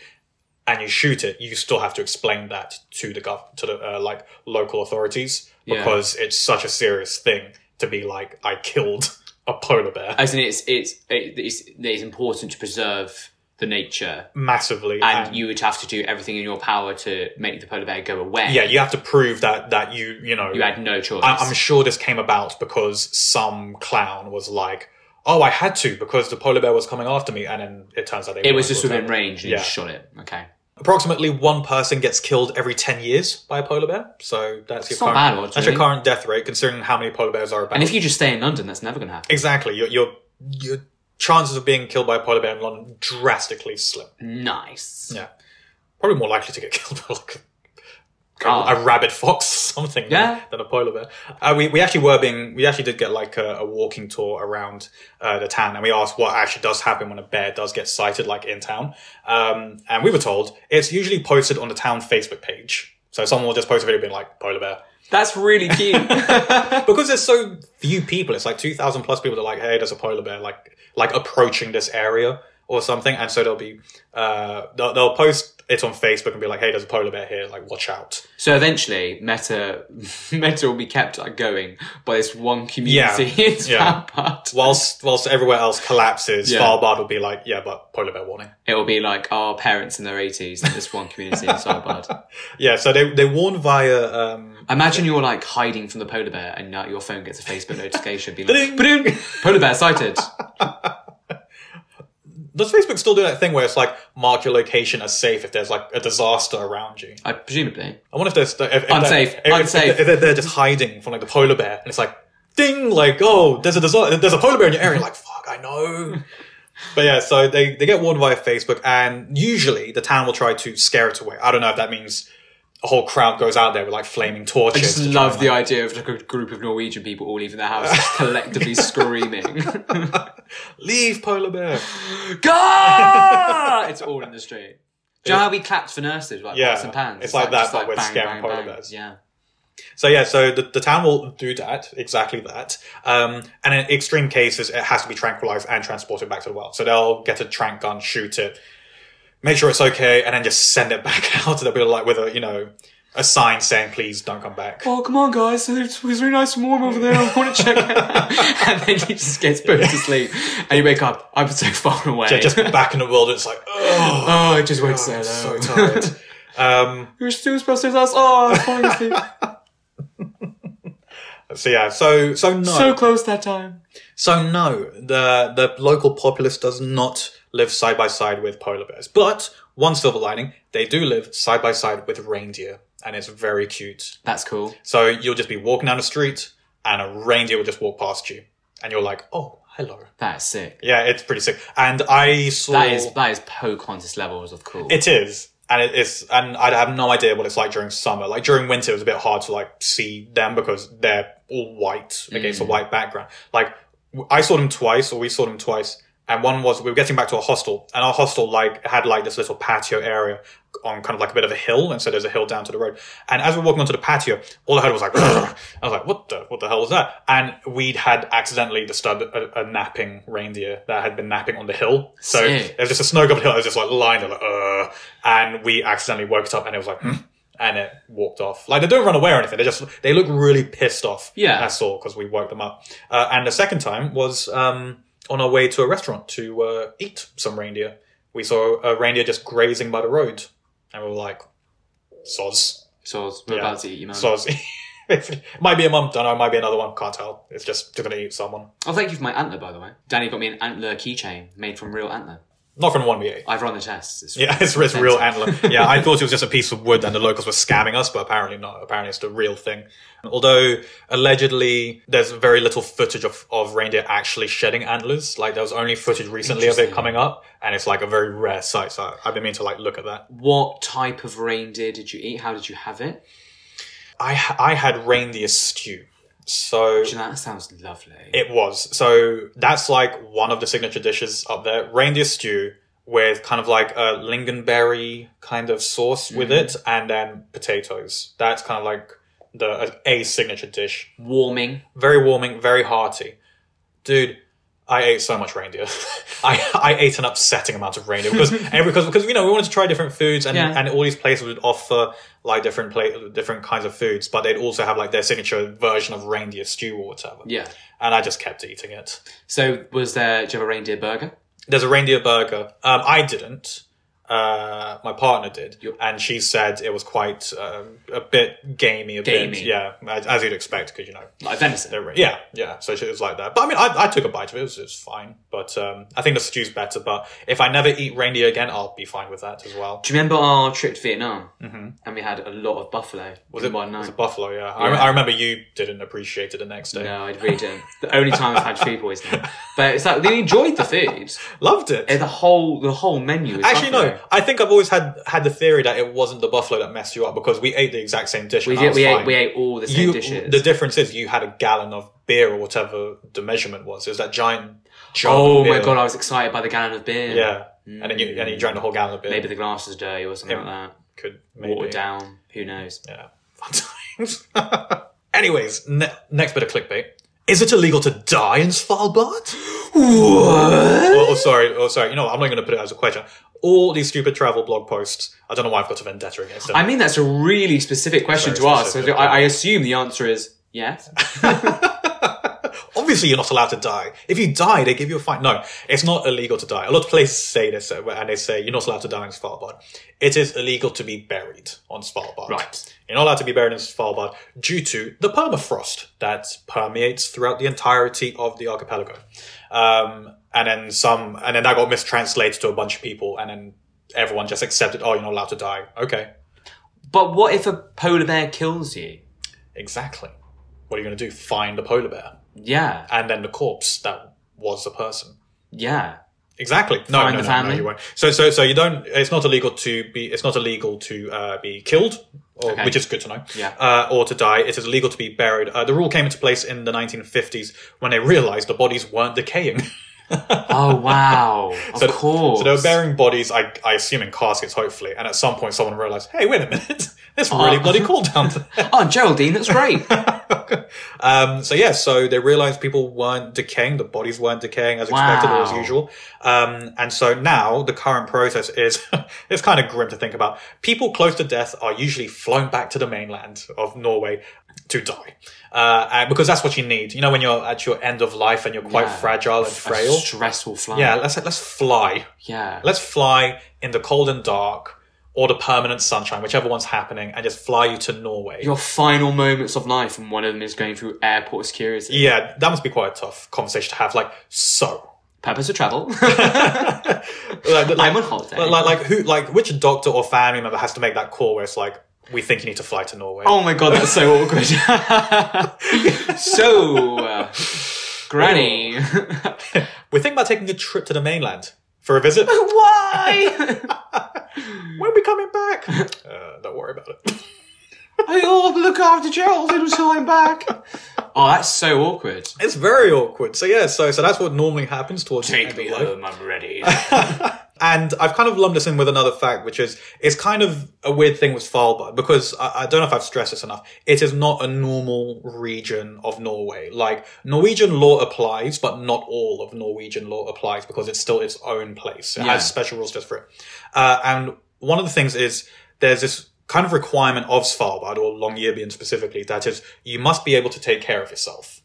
B: and you shoot it, you still have to explain that to the gov to the uh, like local authorities
A: Yeah.
B: because it's such a serious thing to be like I killed a polar bear
A: As in, it's it's it- it's, it's important to preserve the nature,
B: massively,
A: and you would have to do everything in your power to make the polar bear go away.
B: yeah, you have to prove that that you you know
A: You had no choice.
B: I- I'm sure this came about because some clown was like, "Oh, I had to because the polar bear was coming after me," and then it turns out they
A: it was
B: weren't.
A: just within range, and you
B: Yeah.
A: just shot it. Okay.
B: Approximately one person gets killed every 10 years by a polar bear. So that's your,
A: not
B: current,
A: bad,
B: that's your
A: actually.
B: current death rate, considering how many polar bears are about.
A: And if you just stay in London, that's never going to happen.
B: exactly. Your, your, your chances of being killed by a polar bear in London drastically slim.
A: Nice.
B: Yeah. Probably more likely to get [LAUGHS] killed by like a,
A: Ah.
B: a rabbit fox or something
A: Yeah.
B: than a polar bear. Uh, we, we actually were being, we actually did get like a, a walking tour around uh, the town and we asked what actually does happen when a bear does get sighted like in town. Um, and we were told it's usually posted on the town Facebook page. So someone will just post a video being like, polar bear.
A: That's really
B: [LAUGHS]
A: cute.
B: Because there's so few people, it's like 2,000 plus people that are like, hey, there's a polar bear like, like approaching this area or something. And so they'll be, uh, they'll, they'll post it on Facebook and be like, hey, there's a polar bear here, like watch out.
A: So eventually, Meta [LAUGHS] Meta will be kept going by this one community [LAUGHS]
B: Yeah,
A: in
B: yeah.
A: Svalbard.
B: whilst whilst everywhere else collapses,
A: Yeah.
B: Svalbard would be like, yeah, but polar bear warning.
A: It will be like our parents in their eighties and this one community in Svalbard.
B: Yeah, so they they warn via um,
A: Imagine you're like hiding from the polar bear and now your phone gets a Facebook notification being
B: Ba-ding.
A: like, "Ba-ding! polar bear sighted.
B: does Facebook still do that thing where it's like mark your location as safe if there's like a disaster around you?
A: I presumably.
B: I wonder if there's if, if
A: Unsafe,
B: they're, if,
A: unsafe.
B: If they're, they're just hiding from like the polar bear, and it's like ding, like oh, there's a disaster, there's a polar bear in your area. Like fuck,
A: [LAUGHS]
B: I know. But yeah, so they, they get warned via Facebook, and usually the town will try to scare it away. I don't know if that means a whole crowd goes out there with like flaming torches.
A: I just
B: to try
A: love
B: and,
A: the idea of like a group of Norwegian people all leaving their house
B: [LAUGHS]
A: just collectively screaming.
B: leave polar bear.
A: Gah! It's all in the street. Do you know how we clapped for nurses, like
B: Yeah,
A: pots and pans?
B: it's like that,
A: just
B: but with scary polar bears.
A: Yeah.
B: So yeah, so the, the town will do that, exactly that. Um, and in extreme cases, it has to be tranquilized and transported back to the wild. So they'll get a trank gun, shoot it, make sure it's okay, and then just send it back [LAUGHS] out. They'll be like with a, you know, a sign saying, please don't come back.
A: oh come on guys it's, it's really nice and warm over there i [LAUGHS] want to check it out and then he just gets put to sleep and you wake up i'm so far away [LAUGHS]
B: They're just back in the world, it's like, oh,
A: oh i just won't say
B: I'm so
A: hello [LAUGHS]
B: tired. Um, [LAUGHS]
A: you're still supposed to us oh i'm falling asleep
B: So yeah, so so no,
A: So
B: so,
A: close that time.
B: no. The the local populace does not live side by side with polar bears, but one silver lining, they do live side by side with reindeer, and it's very cute.
A: That's cool.
B: So you'll just be walking down the street, and a reindeer will just walk past you, and you're like, oh, hello.
A: That is sick.
B: Yeah, it's pretty sick. And I saw
A: That is that is Poe contest levels of cool.
B: It is, and it is, and I have no idea what it's like during summer. Like during winter, it was a bit hard to like see them because they're all white against a white background. Like w- I saw them twice, or we saw them twice, and one was we were getting back to our hostel, and our hostel like had like this little patio area on kind of like a bit of a hill, and so there's a hill down to the road. And as we were walking onto the patio, all I heard was like, I was like, what the what the hell was that? And we'd had accidentally disturbed a, a napping reindeer that had been napping on the hill, so
A: Sick.
B: it was just a snow covered hill. It was just like lying there, like, uh, and we accidentally woke it up, and it was like, hmm, and it walked off. Like they don't run away or anything. They just they look really pissed off.
A: Yeah.
B: that's all because we woke them up. Uh, and the second time was um, on our way to a restaurant to uh, eat some reindeer. We saw a reindeer just grazing by the road, and we were like, soz.
A: so we're
B: Yeah.
A: about to eat you, man.
B: So it [LAUGHS] might be a mum, don't know, it might be another one, can't tell. It's just they're gonna eat someone.
A: oh, thank you for my antler, by the way. Danny got me an antler keychain made from real antler.
B: Not from the one we ate.
A: I've run the tests. It's
B: Yeah, [LAUGHS] it's, it's real antler. Yeah, I thought it was just a piece of wood and the locals were scamming us, but apparently not. Apparently it's the real thing. Although allegedly there's very little footage of, of reindeer actually shedding antlers. Like there was only footage recently of it
A: Interesting.
B: coming up and it's like a very rare sight. So I've been meaning to like look at that.
A: What type of reindeer did you eat? How did you have it?
B: I, ha- I had reindeer stew. So
A: Do you know, that sounds lovely.
B: It was. So that's like one of the signature dishes up there. Reindeer stew with kind of like a lingonberry kind of sauce with it and then potatoes. That's kind of like the a, a signature dish.
A: Warming.
B: Very warming, very hearty. Dude, I ate so much reindeer. [LAUGHS] I, I ate an upsetting amount of reindeer because and because because you know we wanted to try different foods and,
A: Yeah.
B: and all these places would offer like different pla- different kinds of foods, but they'd also have like their signature version of reindeer stew or whatever.
A: Yeah.
B: And I just kept eating it.
A: So was there? Do you have a reindeer burger?
B: there's a reindeer burger. Um, I didn't. Uh, my partner did,
A: Yep.
B: and she said it was quite um, a bit gamey, a
A: Gamey.
B: bit yeah, as, as you'd expect, because you know,
A: Like venison.
B: they're, yeah, yeah. So she was like that. But I mean, I, I took a bite of it; it was, it was fine. But um, I think the stew's better. But if I never eat reindeer again, I'll be fine with that as well.
A: Do you remember our trip to Vietnam? Mm-hmm. And we had a lot of buffalo.
B: Was
A: in
B: it,
A: one
B: was
A: night?
B: it buffalo? Yeah, I, rem-
A: Yeah.
B: I remember you didn't appreciate it the next day.
A: No, I really didn't. The only time I've had food poisoning.
B: [LAUGHS]
A: But it's like they enjoyed the food.
B: Loved it.
A: Eh, The whole the whole menu. Is
B: Actually,
A: buffalo.
B: no. I think I've always had had the theory that it wasn't the buffalo that messed you up because we ate the exact same dish.
A: We
B: and I
A: did,
B: was
A: we
B: fine.
A: ate we ate all the same
B: you,
A: dishes.
B: The difference is you had a gallon of beer or whatever the measurement was. It was that giant. jug of
A: oh my
B: beer.
A: god, I was excited by the gallon of beer.
B: Yeah, and then you and you drank the whole gallon of beer.
A: Maybe the glass is dirty or something like that.
B: could maybe.
A: Watered
B: [LAUGHS]
A: down. Who knows?
B: Yeah, fun times. [LAUGHS] Anyways, ne- next bit of clickbait. Is it illegal to die in Svalbard?
A: What?
B: oh, oh, sorry. Oh, sorry. You know, what? I'm not going to put it as a question. All these stupid travel blog posts. I don't know why I've got a vendetta against them.
A: I mean, that's a really specific question
B: Very
A: to ask. So
B: specific,
A: I, I assume the answer is yes.
B: Obviously, you're not allowed to die. If you die, they give you a fine. No, it's not illegal to die. A lot of places say this, uh, and they say you're not allowed to die in Svalbard. It is illegal to be buried on Svalbard.
A: Right.
B: You're not allowed to be buried in Svalbard due to the permafrost that permeates throughout the entirety of the archipelago. Um, and then some, and then that got mistranslated to a bunch of people, and then everyone just accepted, oh, you're not allowed to die. Okay,
A: But what if a polar bear kills you?
B: exactly. What are you going to do? Find the polar bear
A: Yeah,
B: and then the corpse that was the person.
A: yeah.
B: Exactly. No,
A: Find the
B: no, no, no,
A: family.
B: you won't. So, so, so you don't. It's not illegal to be. It's not illegal to uh, be killed, or,
A: Okay.
B: which is good to know.
A: Yeah.
B: Uh, or to die. It is illegal to be buried. Uh, the rule came into place in the 1950s when they realized the bodies weren't decaying. [LAUGHS]
A: Oh wow! Of
B: So-
A: course.
B: so they were burying bodies, I, I assume, in caskets, hopefully. And at some point, someone realized, hey, wait a minute, [LAUGHS] it's really
A: Oh.
B: bloody cold down there.
A: oh, Geraldine, that's great.
B: [LAUGHS] um, so yeah, so they realized people weren't decaying, the bodies weren't decaying as expected or as
A: Wow.
B: usual. Um, and so now the current process is, [LAUGHS] it's kind of grim to think about. People close to death are usually flown back to the mainland of Norway to die. Uh, and- because that's what you need. You know, when you're at your end of life and you're quite
A: Yeah.
B: fragile and
A: A
B: frail.
A: stressful flight.
B: Yeah, let's, let's fly.
A: yeah.
B: Let's fly in the cold and dark order Permanent Sunshine, whichever one's happening, and just fly you to Norway.
A: Your final moments of life, and one of them is going through airport security.
B: yeah, that must be quite a tough conversation to have. Like, so.
A: Purpose of travel. [LAUGHS]
B: Like, like,
A: I'm on holiday.
B: like, like, like who, like, which doctor or family member has to make that call where it's like, we think you need to fly to Norway?
A: Oh my god, that's so awkward. [LAUGHS] so, uh,
B: [LAUGHS]
A: Granny,
B: We're thinking about taking a trip to the mainland for a visit.
A: Oh. why?
B: when are we coming back? uh, don't worry about it.
A: I'll look after Gerald until I'm back. Oh, that's so awkward.
B: It's very awkward. So yeah, so so that's what normally happens towards the end of life.
A: I'm ready.
B: And I've kind of lumped this in with another fact, which is it's kind of a weird thing with Svalbard because I, I don't know if I've stressed this enough. It is not a normal region of Norway. Like Norwegian law applies, but not all of Norwegian law applies because it's still its own place. It
A: Yeah.
B: has special rules just for it. Uh, and one of the things is there's this kind of requirement of Svalbard or Longyearbyen specifically that is you must be able to take care of yourself.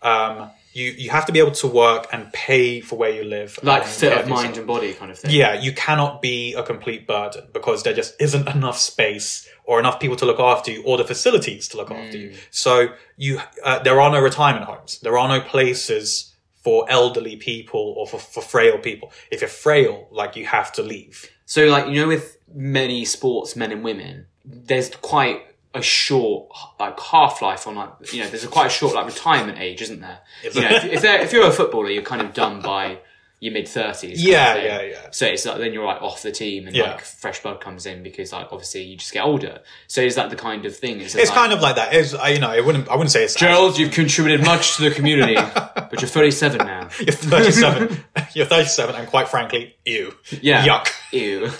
B: Um, you you have to be able to work and pay for where you live,
A: like
B: [LAUGHS] and
A: fit
B: care
A: of
B: for yourself.
A: mind and body kind of thing.
B: Yeah, you cannot be a complete burden because there just isn't enough space or enough people to look after you or the facilities to look after you. So you, uh, there are no retirement homes. There are no places for elderly people or for, for frail people. If you're frail, like you have to leave.
A: So, like you know, with many sports, men and women, there's quite a short like half life on like you know, there's a quite a short like retirement age, isn't there? You know, if, if, they're- if you're a footballer, you're kind of done by your mid thirties.
B: Yeah, yeah, yeah.
A: So it's like then you're like off the team, and
B: Yeah.
A: like fresh blood comes in because like obviously you just get older. So is that the kind of thing?
B: It's kind of like that. It's, uh, you know, I wouldn't, I wouldn't say it's
A: Gerald, you've contributed much to the community, but you're 37
B: [LAUGHS]
A: now.
B: [LAUGHS] You're 37. [LAUGHS] you're 37, and quite frankly, ew.
A: Yeah.
B: Yuck.
A: Ew,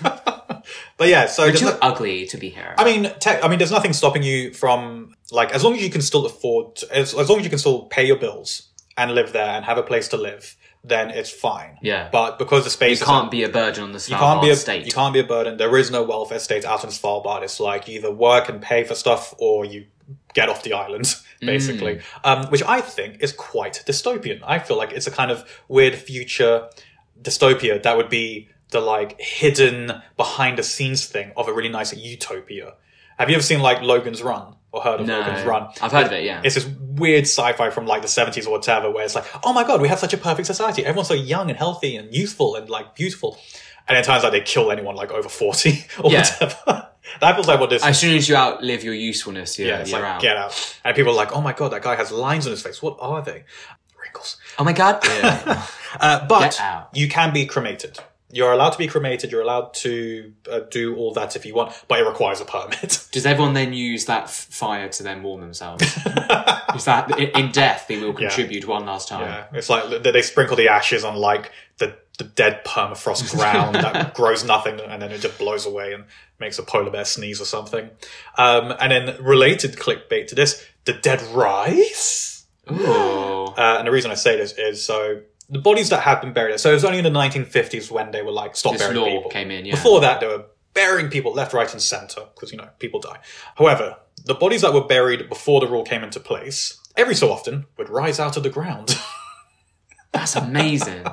B: But yeah, so there's
A: too
B: no-
A: ugly to be here.
B: I mean, tech, I mean, there's nothing stopping you from like as long as you can still afford, as, as long as you can still pay your bills and live there and have a place to live, then it's fine.
A: Yeah.
B: But because the space
A: you can't be a burden on the
B: you can't be
A: Svalbard
B: a
A: state.
B: you can't be a burden. There is no welfare state out in Svalbard. It's like you either work and pay for stuff or you get off the island, [LAUGHS]
A: Mm.
B: basically. Um, which I think is quite dystopian. I feel like it's a kind of weird future dystopia that would be the like hidden behind the scenes thing of a really nice utopia. Have you ever seen like Logan's Run or heard of
A: No.
B: Logan's Run?
A: I've heard of it, yeah.
B: It's this weird sci-fi from like the 70s or whatever where it's like, oh my god, we have such a perfect society. Everyone's so young and healthy and youthful and like beautiful. And it turns out they kill anyone like over 40 or
A: Yeah.
B: whatever. [LAUGHS] that feels like what this
A: As soon as you outlive your usefulness, you're,
B: yeah, it's
A: you're
B: like,
A: out.
B: get out. And people are like, oh my god, that guy has lines on his face. What are they? Wrinkles.
A: Oh my god. Yeah.
B: Uh, but
A: Get out.
B: you can be cremated. You're allowed to be cremated. You're allowed to uh, do all that if you want, but it requires a permit.
A: [LAUGHS]
B: [LAUGHS]
A: Does everyone then use that f- fire to then warm themselves? Is that in, in death they will contribute one last time?
B: Yeah, it's like they, they sprinkle the ashes on like the, the dead permafrost
A: [LAUGHS]
B: ground that grows nothing, and then it just blows away and makes a polar bear sneeze or something. Um, and then related clickbait to this, the dead rise.
A: Ooh.
B: Uh, and the reason I say this is so the bodies that have been buried. So it was only in the 1950s when they were like stop
A: This
B: burying
A: law
B: people.
A: came in, yeah.
B: Before that, they were burying people left, right, and center because you know people die. However, the bodies that were buried before the rule came into place every so often would rise out of the ground. [LAUGHS]
A: That's amazing.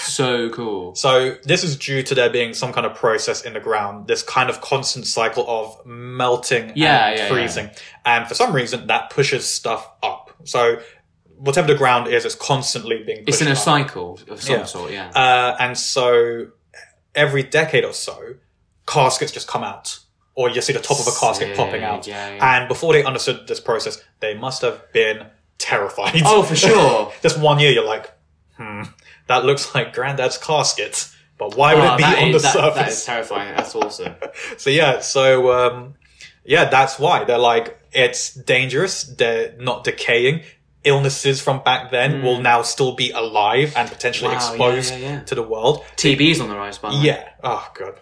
A: so cool.
B: So this is due to there being some kind of process in the ground, this kind of constant cycle of melting
A: Yeah,
B: and
A: yeah, yeah.
B: freezing. And for some reason that pushes stuff up. So whatever the ground is, it's constantly being pushed
A: It's in a
B: up.
A: cycle of some
B: Yeah.
A: sort, yeah.
B: Uh, and so every decade or so, caskets just come out. Or you see the top of a casket
A: Sick,
B: popping out.
A: yeah, yeah.
B: And before they understood this process, they must have been terrified.
A: oh,
B: [LAUGHS]
A: for sure.
B: Just one year, you're like, hmm, that looks like granddad's casket. But why would
A: Oh,
B: it be
A: that
B: on
A: is-
B: the
A: that-
B: surface?
A: that is terrifying. That's awesome.
B: [LAUGHS] So yeah, so um, yeah, that's why they're like it's dangerous. They're not decaying. Illnesses from back then will now still be alive and potentially
A: Hmm. Wow, yeah,
B: exposed
A: yeah, yeah.
B: to the world.
A: TB's on the rise, by the way.
B: Yeah. Oh god,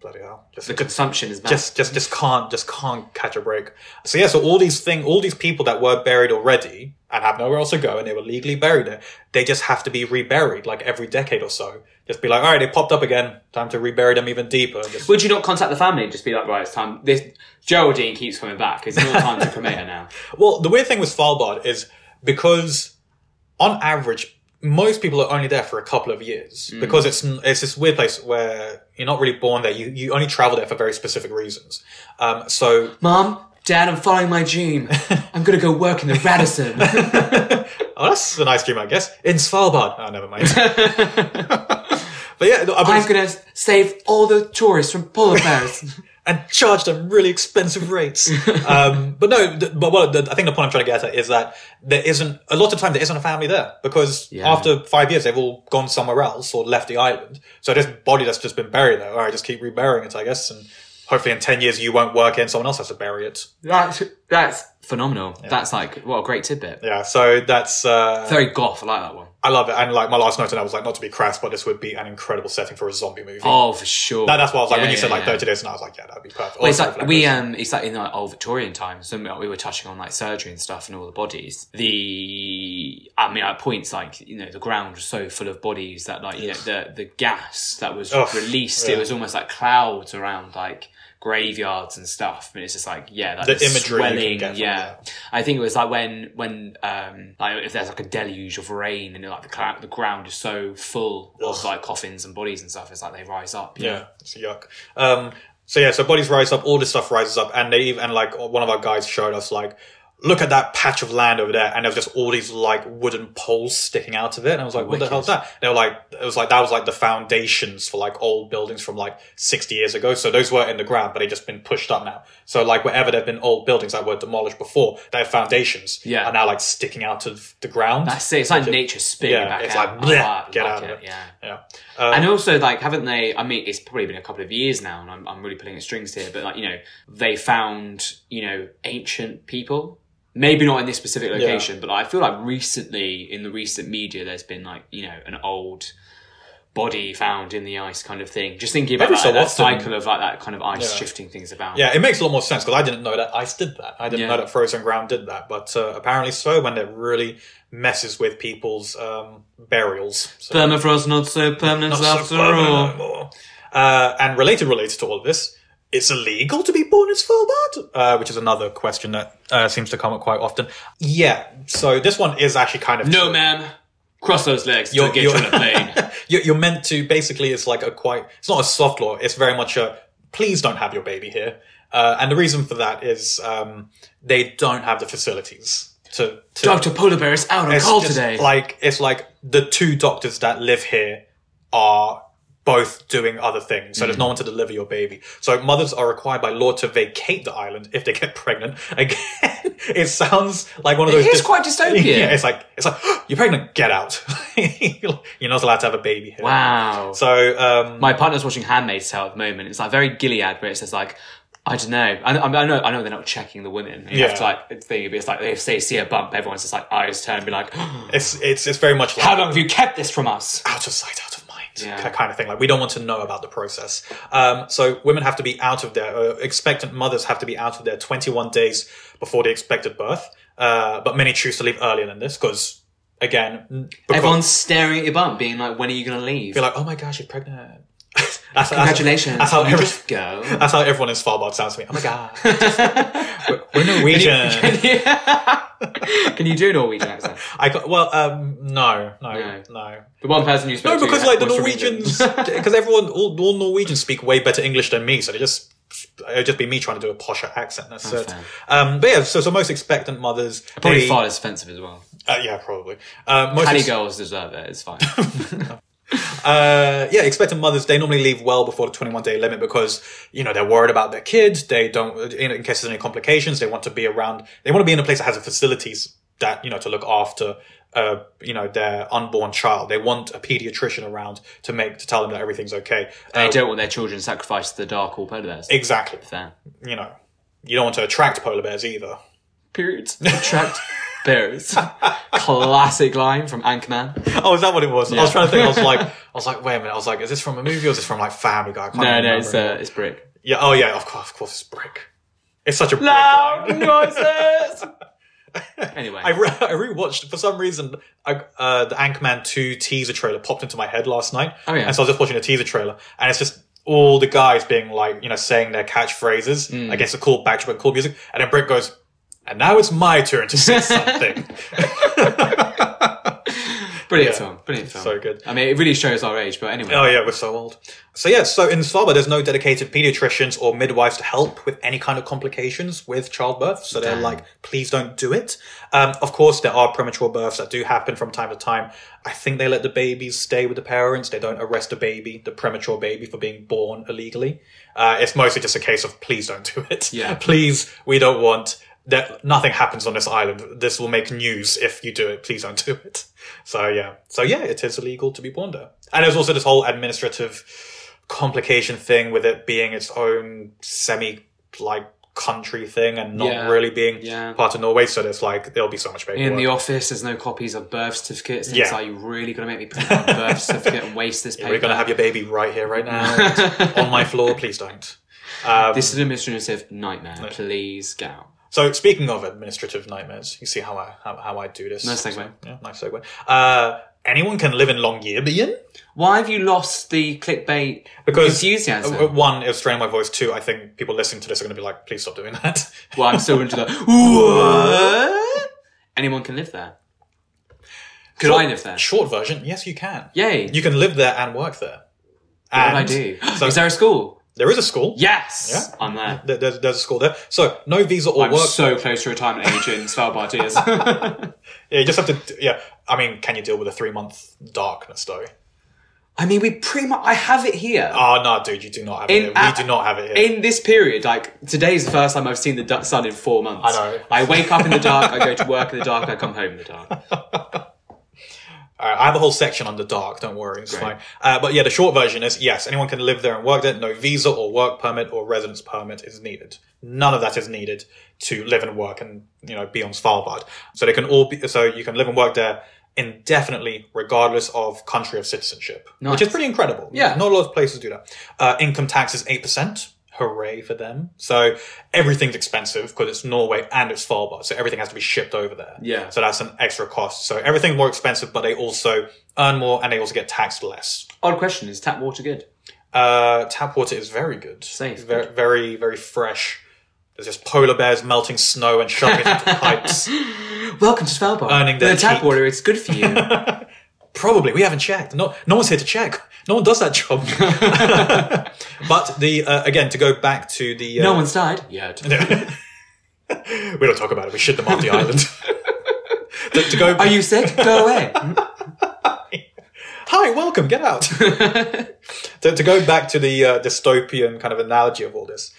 B: bloody hell. Just
A: The consumption is bad.
B: just just just can't just can't catch a break. So yeah, so all these thing, all these people that were buried already and have nowhere else to go, and they were legally buried there, they just have to be reburied like every decade or so. Just be like, all right, they popped up again. Time to rebury them even deeper. and Just,
A: Would you not contact the family and just be like, right, it's time. This Geraldine keeps coming back. It's not time to cremate her now.
B: well, the weird thing with Svalbard is because on average most people are only there for a couple of years because it's it's this weird place where you're not really born there. You you only travel there for very specific reasons. Um, so
A: Mom, Dad, I'm following my [LAUGHS] dream. I'm gonna go work in the Radisson.
B: oh, that's a nice dream, I guess. In Svalbard. Oh, never mind. but yeah, no, I-
A: I'm gonna save all the tourists from polar bears.
B: and charge them really expensive rates. um, but no, th- but what the, I think the point I'm trying to get at is that there isn't a lot of time there isn't a family there because
A: Yeah.
B: after five years they've all gone somewhere else or left the island. So this body that's just been buried there, all right, just keep reburying it, I guess, and hopefully in ten years you won't work here and someone else has to bury it.
A: [LAUGHS] that's that's phenomenal. That's like what a great tidbit.
B: Yeah, so that's uh,
A: Very goth. I like that one.
B: I love it. And like my last note, and I was like, not to be crass, but this would be an incredible setting for a zombie movie.
A: Oh, for sure.
B: And that's why I was like,
A: Yeah,
B: when you
A: yeah,
B: said like
A: yeah.
B: 30 days, and I was like, yeah, that'd be perfect.
A: But it's
B: Also,
A: like we um, it's like in like old Victorian times. So we were touching on like surgery and stuff and all the bodies. The I mean, at points like you know the ground was so full of bodies that like you know the the gas that was
B: Ugh,
A: released,
B: yeah.
A: it was almost like clouds around like graveyards and stuff. And it's just like yeah, that
B: The
A: the
B: imagery you can
A: swelling.
B: get from
A: yeah,
B: that.
A: I think it was like when when um like if there's like a deluge of rain and like the cloud, the ground is so full of
B: Ugh.
A: like coffins and bodies and stuff. It's like they rise up. you know?
B: Yeah, it's yuck. Um, so yeah, so bodies rise up, all this stuff rises up, and they even and like one of our guys showed us like, look at that patch of land over there, and there was just all these like wooden poles sticking out of it, and I was like, what the
A: Wicked.
B: hell's that? And they were like, it was like that was like the foundations for like old buildings from like sixty years ago. So those were in the ground, but they just been pushed up now. So like wherever there've been old buildings that were demolished before, their foundations
A: Yeah.
B: are now like sticking out of the ground.
A: That's it. It's like nature spitting
B: Yeah,
A: back
B: it's
A: out.
B: like, bleh,
A: Ah, I
B: get
A: like
B: out of it.
A: Yeah.
B: yeah.
A: and also, like, haven't they? I mean, it's probably been a couple of years now, and I'm, I'm really pulling at strings here. But like, you know, they found you know ancient people. Maybe not in this specific location, but I feel like recently in the recent media, there's been like you know an old body found in the ice kind of thing. Just thinking about
B: Every
A: like,
B: so
A: that
B: often.
A: cycle of like that kind of ice
B: Yeah.
A: shifting things about.
B: Yeah, it makes a lot more sense because I didn't know that ice did that. I didn't
A: Yeah.
B: know that frozen ground did that, but uh, apparently so when it really messes with people's um, burials. So
A: Permafrost not so permanent
B: not so
A: after
B: permanent
A: all.
B: anymore. Uh, and related, related to all of this, it's illegal to be born in Svalbard, uh, which is another question that uh, seems to come up quite often. Yeah, so this one is actually kind of
A: No,
B: true.
A: ma'am. Cross those legs. You'll
B: You're-
A: get you
B: you're-
A: on a plane.
B: [LAUGHS] you're, you're meant to basically it's like a quite it's not a soft law it's very much a please don't have your baby here uh, and the reason for that is um, they don't have the facilities to, to
A: Dr. Polar Bear is out on
B: it's
A: call
B: just
A: today.
B: like it's like the two doctors that live here are both doing other things so
A: Mm.
B: there's no one to deliver your baby so mothers are required by law to vacate the island if they get [LAUGHS] pregnant again [LAUGHS] it sounds like one of those
A: it is
B: dys-
A: quite dystopian.
B: [LAUGHS] yeah, it's like it's like [GASPS] you're pregnant. Get out. [LAUGHS] you're not allowed to have a baby here.
A: wow.
B: So um,
A: My partner's watching Handmaid's Tale at the moment. It's like very Gilead, where it says like, I don't know. I, I know. I know they're not checking the women. You
B: Yeah.
A: have to like thing. It's like if they see a bump, everyone's just like eyes turn, and be like, [GASPS] How
B: it's it's it's very much like
A: long have you kept this from us?
B: out of sight, out of mind,
A: Yeah.
B: that kind of thing. Like we don't want to know about the process. Um, so women have to be out of their uh, expectant mothers have to be out of their 21 days before the expected birth. Uh, but many choose to leave earlier than this because again, n- because
A: Everyone's staring at your bump, being like, When are you going to leave?
B: you're like, oh my gosh, you're pregnant. [LAUGHS] that's, that's-
A: Congratulations.
B: That's, how
A: you
B: every,
A: just go.
B: [LAUGHS] that's how everyone in Svalbard sounds to me. Oh my
A: [LAUGHS]
B: god, we're, we're [LAUGHS] Norwegian.
A: Can you, can you [LAUGHS] do a Norwegian accent?
B: I got, well, um, no, no,
A: No.
B: no.
A: The one person you spoke
B: No,
A: to
B: because like the
A: was from [LAUGHS]
B: Norwegians,
A: England.
B: because everyone, all, all Norwegians speak way better English than me, so they just it'd just be me trying to do a posher accent. That's it.
A: fair.
B: Um, but yeah, so so most expectant mothers,
A: Probably
B: they-
A: far less offensive as well.
B: uh, yeah, probably. Uh, most
A: Paddy
B: ex-
A: girls deserve it. It's fine.
B: uh, yeah, expectant mothers they normally leave well before the twenty-one day limit because you know they're worried about their kids. They don't, in, in case there's any complications, they want to be around. They want to be in a place that has the facilities that you know to look after. Uh, you know their unborn child. They want a pediatrician around to make to tell them that everything's okay.
A: They
B: Uh,
A: don't want their children sacrificed to the dark or polar bears.
B: Exactly.
A: Fair.
B: You know, you don't want to attract polar bears either.
A: Periods. Attract bears.
B: [LAUGHS]
A: Classic line from Anchorman.
B: Oh, is that what it was? I was trying to think. I was [LAUGHS] like, I was like, wait a minute. I was like, is this from a movie or is this from like Family Guy? I can't
A: No,
B: remember
A: no, it's uh,
B: anymore.
A: it's brick.
B: yeah. Oh, yeah. Of course, of course, it's Brick. It's such a Brick
A: Loud [LAUGHS]
B: line.
A: noises. Anyway,
B: [LAUGHS] I, re- I rewatched for some reason. I, uh, the Anchorman Two teaser trailer popped into my head last night,
A: Oh, yeah.
B: and so I was just watching a teaser trailer, and it's just all the guys being like, you know, saying their catchphrases
A: Hmm.
B: against the cool backdrop and cool music, and then Brick goes,
A: [LAUGHS]
B: "And now it's my turn to say something."
A: but Brilliant
B: Yeah.
A: film. Brilliant film.
B: [LAUGHS] So good.
A: I mean, it really shows our age, but anyway.
B: Oh yeah, we're so old. So yeah, so in Saba, there's no dedicated pediatricians or midwives to help with any kind of complications with childbirth. So they're
A: Damn.
B: like, please don't do it. Um, of course, there are premature births that do happen from time to time. I think they let the babies stay with the parents. They don't arrest the baby, the premature baby, for being born illegally. Uh, it's mostly just a case of please don't do it.
A: Yeah.
B: [LAUGHS] please, we don't want that. Nothing happens on this island. This will make news if you do it. Please don't do it. So yeah, so yeah, it is illegal to be born there, and there's also this whole administrative complication thing with it being its own semi like country thing and not
A: Yeah.
B: really being
A: Yeah.
B: part of Norway. So there's like there'll be so much paperwork.
A: In the office, there's no copies of birth certificates. And It's
B: Yeah.
A: like, you really going to make me print out a
B: [LAUGHS]
A: birth certificate and waste this paper?
B: We're gonna have your baby right here,
A: [LAUGHS]
B: right now, on my floor. Please don't. Um,
A: This is an administrative nightmare. Please get out.
B: So speaking of administrative nightmares, you see how I how, how I do this.
A: Nice segue.
B: So, yeah, nice segue. Uh, anyone can live in Longyearbyen
A: Why have you lost the clickbait
B: because
A: enthusiasm?
B: uh, one is straining my voice. Two, I think people listening to this are going to be like, please stop doing
A: [LAUGHS]
B: that.
A: well, I'm still
B: [LAUGHS]
A: into the what? Anyone can live there. Could I live there?
B: Short version, yes, you can.
A: Yay!
B: You can live there and work there.
A: what do I
B: And
A: do?
B: [GASPS] so-
A: is there a school?
B: There is a school.
A: Yes, I'm there.
B: There- There's, there's a school there. So no visa or
A: I'm
B: work.
A: so close to retirement age
B: [LAUGHS]
A: in Svalbard. Years.
B: yeah, you just have to. Yeah, I mean, can you deal with a three month darkness though?
A: [LAUGHS] I mean, we pretty much. I have it here.
B: Oh no, dude, you do not have it.
A: In-
B: Here.
A: uh,
B: we do not have it here.
A: in this period, like today's the first time I've seen the du- sun in four months.
B: I know.
A: I wake up in the dark. I go to work in the dark. I come home in the
B: [LAUGHS]
A: dark.
B: All right, I have a whole section on the dark. Don't worry, it's
A: Great.
B: fine. Uh, but yeah, the short version is yes, anyone can live there and work there. No visa or work permit or residence permit is needed. None of that is needed to live and work and you know be on Svalbard. So they can all be. So you can live and work there indefinitely, regardless of country of citizenship, which is
A: Nice.
B: pretty incredible.
A: Yeah.
B: not a lot of places do that. Uh, income tax is eight percent. Hooray for them! So everything's expensive because it's Norway and it's Svalbard, so everything has to be shipped over there.
A: Yeah.
B: So that's an extra cost. So everything's more expensive, but they also earn more and they also get taxed less.
A: Odd question: Is tap water good?
B: Uh, tap water is very good.
A: Safe,
B: Very, very, very fresh. There's just polar bears melting snow and shoving it into pipes.
A: Welcome to Svalbard.
B: Earning their
A: the tap
B: keep.
A: water. It's good for
B: [LAUGHS]
A: you.
B: Probably. We haven't checked. No, no one's here to check. No one does that job. but the, uh, again, to go back to the, uh,
A: no one's died yet.
B: we don't talk about it. We shit them off the island. [LAUGHS] to, to go,
A: Are you sick? Go
B: [LAUGHS]
A: away.
B: hi, welcome, get out. to, to go back to the uh, dystopian kind of analogy of all this,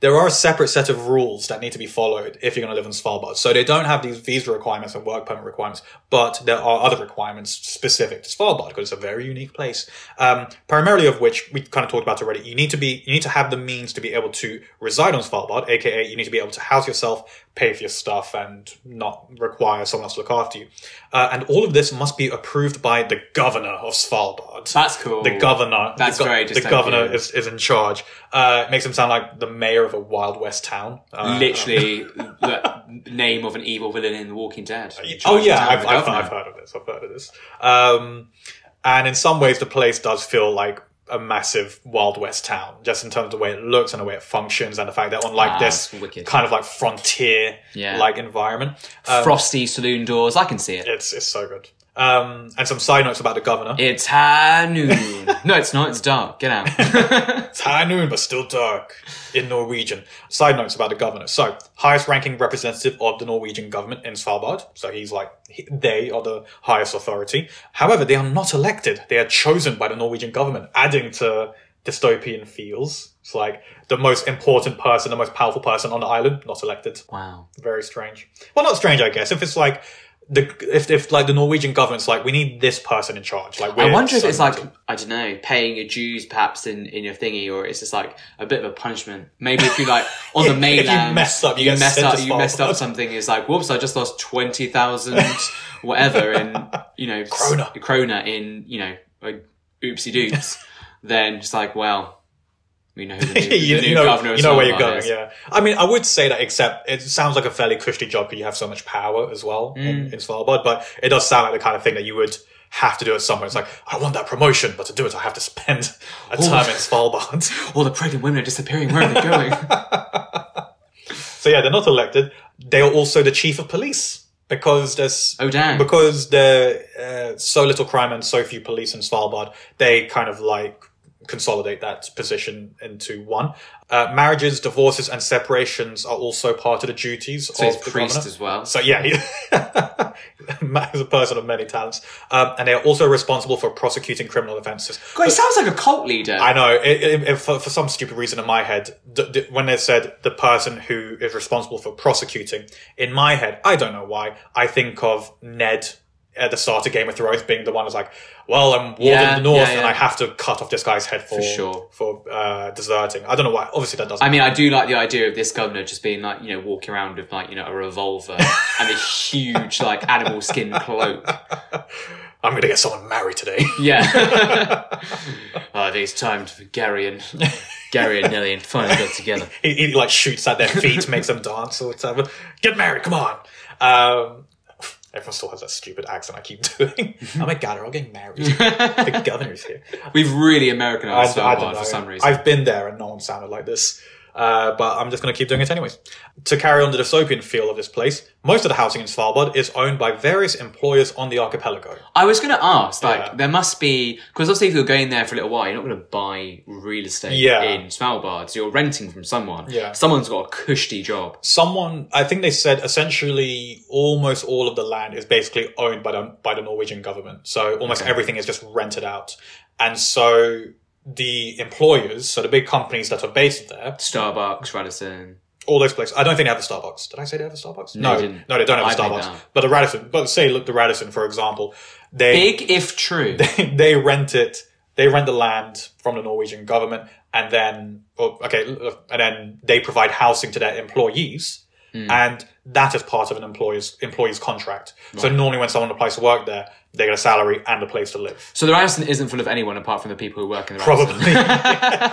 B: there are a separate set of rules that need to be followed if you're going to live in Svalbard. So they don't have these visa requirements and work permit requirements, but there are other requirements specific to Svalbard because it's a very unique place. Um, primarily of which we kind of talked about already. You need to be, you need to have the means to be able to reside on Svalbard, aka you need to be able to house yourself, pay for your stuff, and not require someone else to look after you. Uh, and all of this must be approved by the governor of Svalbard
A: That's cool.
B: the governor.
A: That's
B: the, go-
A: very
B: The
A: dystopian.
B: governor is, is in charge. Uh, it makes him sound like the mayor of a Wild West town. Uh,
A: Literally, the name of an evil villain in The Walking Dead.
B: Oh yeah,
A: Charged
B: I've,
A: down
B: I've,
A: the
B: I've
A: governor.
B: heard of this. I've heard of this. Um, and in some ways, the place does feel like a massive Wild West town, just in terms of the way it looks and the way it functions, and the fact that on like
A: Ah,
B: this
A: that's wicked.
B: kind of like frontier
A: Yeah.
B: like environment, uh,
A: Frosty saloon doors. I can see it.
B: it's it's so good. Um, and some side notes about the governor.
A: It's high noon. no, it's not. It's dark. Get
B: [LAUGHS]
A: out.
B: It's high noon, but still dark in Norwegian. Side notes about the governor. So, highest ranking representative of the Norwegian government in Svalbard. So he's like, he- they are the highest authority. However, they are not elected. They are chosen by the Norwegian government, adding to dystopian feels. It's like the most important person, the most powerful person on the island, not elected.
A: wow.
B: Very strange. Well, not strange, I guess. If it's like, the, if, if like the Norwegian government's like, we need this person in charge. Like,
A: I
B: we're
A: wonder if
B: so
A: it's like I don't know, paying your dues perhaps in, in your thingy, or it's just like a bit of a punishment. Maybe if
B: [LAUGHS]
A: you like on
B: Yeah,
A: the
B: if you
A: mainland,
B: mess up, you get
A: messed
B: sent
A: up,
B: to
A: you messed
B: Svalbard.
A: up something. It's like whoops, I just lost twenty
B: [LAUGHS]
A: thousand, whatever, in you know s-
B: Krona.
A: krona in you know like oopsie
B: [LAUGHS]
A: doops. then just like well, we know who the new,
B: you,
A: the new
B: you know,
A: governor of
B: you know where you're
A: Svalbard
B: going.
A: is.
B: Yeah, I mean, I would say that, except it sounds like a fairly cushy job because you have so much power as well
A: Mm.
B: in, in Svalbard. But it does sound like the kind of thing that you would have to do it somewhere. It's like I want that promotion, but to do it, I have to spend a time in Svalbard. [LAUGHS]
A: All the pregnant women are disappearing. Where are they going?
B: so yeah, they're not elected. They are also the chief of police. because there's
A: Oh, damn.
B: because there uh, so little crime and so few police in Svalbard, they kind of like consolidate that position into one. Uh, marriages, divorces, and separations are also part of the duties
A: So
B: of
A: it's
B: the
A: priest
B: governor.
A: as well.
B: So yeah, he- [LAUGHS] he's a person of many talents, um, and they are also responsible for prosecuting criminal offences.
A: God, he sounds like a cult leader.
B: I know. It, it, it, for, for some stupid reason in my head, d- d- when they said the person who is responsible for prosecuting, in my head, I don't know why, I think of Ned at the start of Game of Thrones being the one who's like, "Well, I'm warden
A: Yeah,
B: of the North,
A: yeah,
B: and
A: yeah.
B: I have to cut off this guy's head for
A: For sure.
B: for uh, deserting." I don't know why. Obviously, that doesn't.
A: I mean, I do like the idea of this governor just being like, you know, walking around with like, you know, a revolver and a huge like animal skin cloak.
B: I'm going to get someone married today. [LAUGHS]
A: Yeah. [LAUGHS] oh, I think it's time for Gary and Gary and Nelly and finally get together.
B: he, he like shoots at
A: [LAUGHS]
B: their feet, makes them dance or whatever. Get married, come on. Um, everyone still has that stupid accent I keep [LAUGHS]
A: [LAUGHS]
B: doing. I'm a gather, I'm getting married. the governor's here.
A: We've really
B: I,
A: Americanized
B: I don't
A: Svalbard
B: know.
A: for some reason.
B: I've been there and no one sounded like this. Uh, but I'm just going to keep doing it anyways. To carry on the dystopian feel of this place, most of the housing in Svalbard is owned by various employers on the archipelago.
A: I was going to ask, like,
B: Yeah.
A: there must be because obviously if you're going there for a little while, you're not going to buy real estate
B: Yeah.
A: in Svalbard. So you're renting from someone.
B: Yeah.
A: Someone's got a cushy job.
B: Someone, I think they said, essentially almost all of the land is basically owned by the by the Norwegian government. So almost everything is just rented out, and so the employers, so the big companies that are based there,
A: Starbucks, Radisson.
B: all those places. I don't think they have a Starbucks. Did I say they have a Starbucks?
A: No,
B: no,
A: you didn't.
B: no, they don't have
A: I
B: a
A: think
B: Starbucks.
A: not.
B: But the Radisson, but say look, the Radisson, for example, they
A: Big if true.
B: [LAUGHS] they rent it. They rent the land from the Norwegian government, and then oh, okay, and then they provide housing to their employees,
A: Hmm.
B: and that is part of an employer's employee's contract. So normally, when someone applies to work there, they get a salary and a place to live. [LAUGHS]
A: So the Radisson isn't full of anyone apart from the people who work in the Radisson. [LAUGHS]
B: Probably,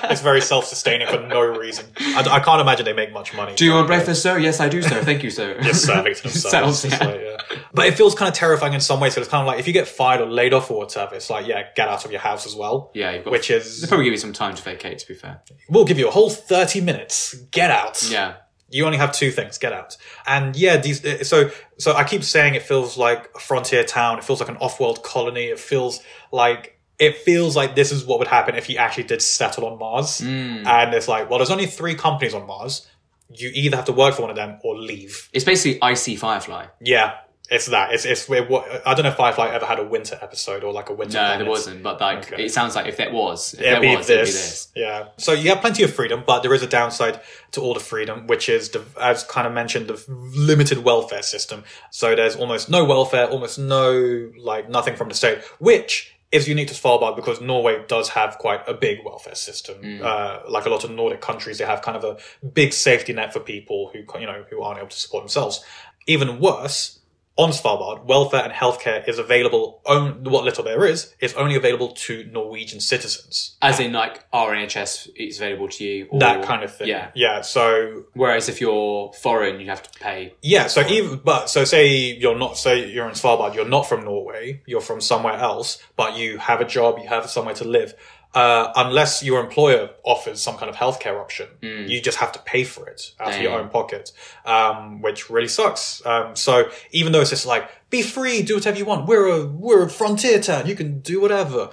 B: it's very self-sustaining for no reason. I, I can't imagine they make much money.
A: Do you want breakfast, sir? Yes, I do, sir. Thank you,
B: [LAUGHS]
A: sir.
B: just serving to themselves.
A: Themselves,
B: It's
A: yeah.
B: like, yeah. But it feels kind of terrifying in some ways. So it's kind of like if you get fired or laid off or whatever, it's like yeah, get out of your house as well.
A: [LAUGHS] Yeah, you've got-
B: which
A: They'll [LAUGHS]
B: is
A: probably give you some time to vacate, to be fair.
B: we'll give you a whole 30 minutes get out
A: Yeah.
B: you only have two things get out and yeah these uh, so so i keep saying it feels like a frontier town it feels like an off-world colony it feels like it feels like this is what would happen if you actually did settle on mars
A: Hmm.
B: and it's like well there's only three companies on mars you either have to work for one of them or leave
A: It's basically Icy Firefly.
B: yeah it's that it's it's it, wa- i don't know if firefly ever had a winter episode or like a winter
A: No,
B: planet.
A: there wasn't, but like
B: Okay.
A: it sounds like if there was, if
B: It'd
A: there
B: be
A: was, it'd be
B: this.
A: this.
B: Yeah. So you have plenty of freedom, but there is a downside to all the freedom, which is, the, as kind of mentioned, the limited welfare system. So there's almost no welfare, almost no, like, nothing from the state, which is unique to Svalbard because Norway does have quite a big welfare system.
A: Mm.
B: Uh, like a lot of Nordic countries, they have kind of a big safety net for people who, you know, who aren't able to support themselves. Even worse, on Svalbard, welfare and healthcare is available. On, what little there is is only available to Norwegian citizens
A: As in, like our NHS is available to you, or,
B: that kind of thing.
A: Yeah.
B: Yeah. So
A: Whereas if you're foreign, you have to pay.
B: yeah. So even but so say you're not say you're in Svalbard. You're not from Norway. You're from somewhere else. But you have a job. You have somewhere to live. Uh, unless your employer offers some kind of healthcare option, you just have to pay for it out of your
A: Hmm. Dang.
B: own pocket, um, which really sucks. Um, so even though it's just like be free, do whatever you want. We're a we're a frontier town. You can do whatever,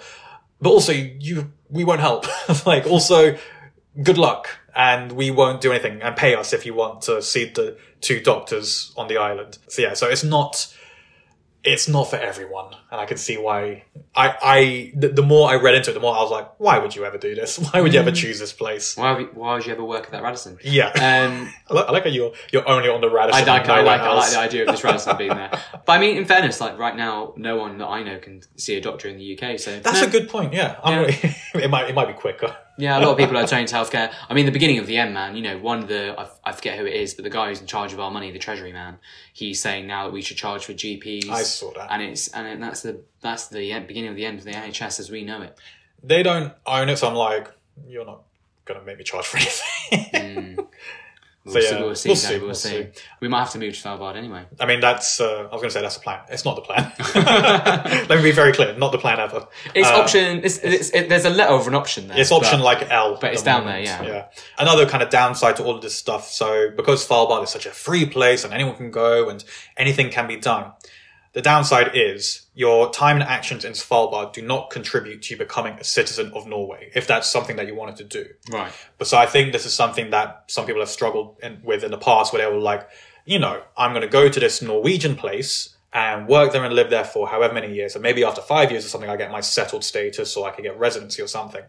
B: but also you we won't help. [LAUGHS] like also good luck and we won't do anything and pay us if you want to see the two doctors on the island so yeah so it's not it's not for everyone and i can see why i i the, the more i read into it the more i was like why would you ever do this [LAUGHS] why would you ever choose this place
A: Why? would- Why would you ever work at that
B: [LAUGHS]
A: Radisson?
B: yeah
A: Um,
B: I, like, I like how you're you're only on the radisson
A: I like, I
B: and nowhere
A: like, I like
B: else.
A: the idea of this Radisson being
B: [LAUGHS]
A: there. But I mean, in fairness, like right now, no one that I know can see a doctor in the UK. So
B: that's
A: no.
B: a good point yeah, I'm [LAUGHS] it might it might be quicker
A: Yeah, a lot of people are turning to healthcare. I mean, the beginning of the end, man. You know, one of the I, I forget who it is, but the guy who's in charge of our money, the Treasury man, he's saying now that we should charge for GPs.
B: I saw that.
A: and it's uh, and it, that's the that's the end, beginning of the end of the NHS as we know it.
B: they don't own it [LAUGHS] so i'm like you're not gonna make me charge for anything
A: Mm. We'll,
B: So,
A: see,
B: yeah,
A: we'll see.
B: we'll
A: Danny,
B: see,
A: we'll
B: we'll
A: see.
B: see.
A: We might have to move to Svalbard anyway.
B: I mean, that's, uh, I was going to say that's a plan. It's not the plan. [LAUGHS] Let me be very clear. Not the plan ever.
A: It's
B: Uh,
A: option. It's, it's, it, there's a letter of an option there.
B: It's option
A: but
B: like L. But
A: it's down there, yeah.
B: Yeah. Another kind of downside to all of this stuff. So because Svalbard is such a free place and anyone can go and anything can be done, the downside is your time and actions in Svalbard do not contribute to you becoming a citizen of Norway, if that's something that you wanted to do.
A: right.
B: But so I think this is something that some people have struggled in, with in the past where they were like, you know, I'm going to go to this Norwegian place and work there and live there for however many years. And maybe after five years or something, I get my settled status or I can get residency or something.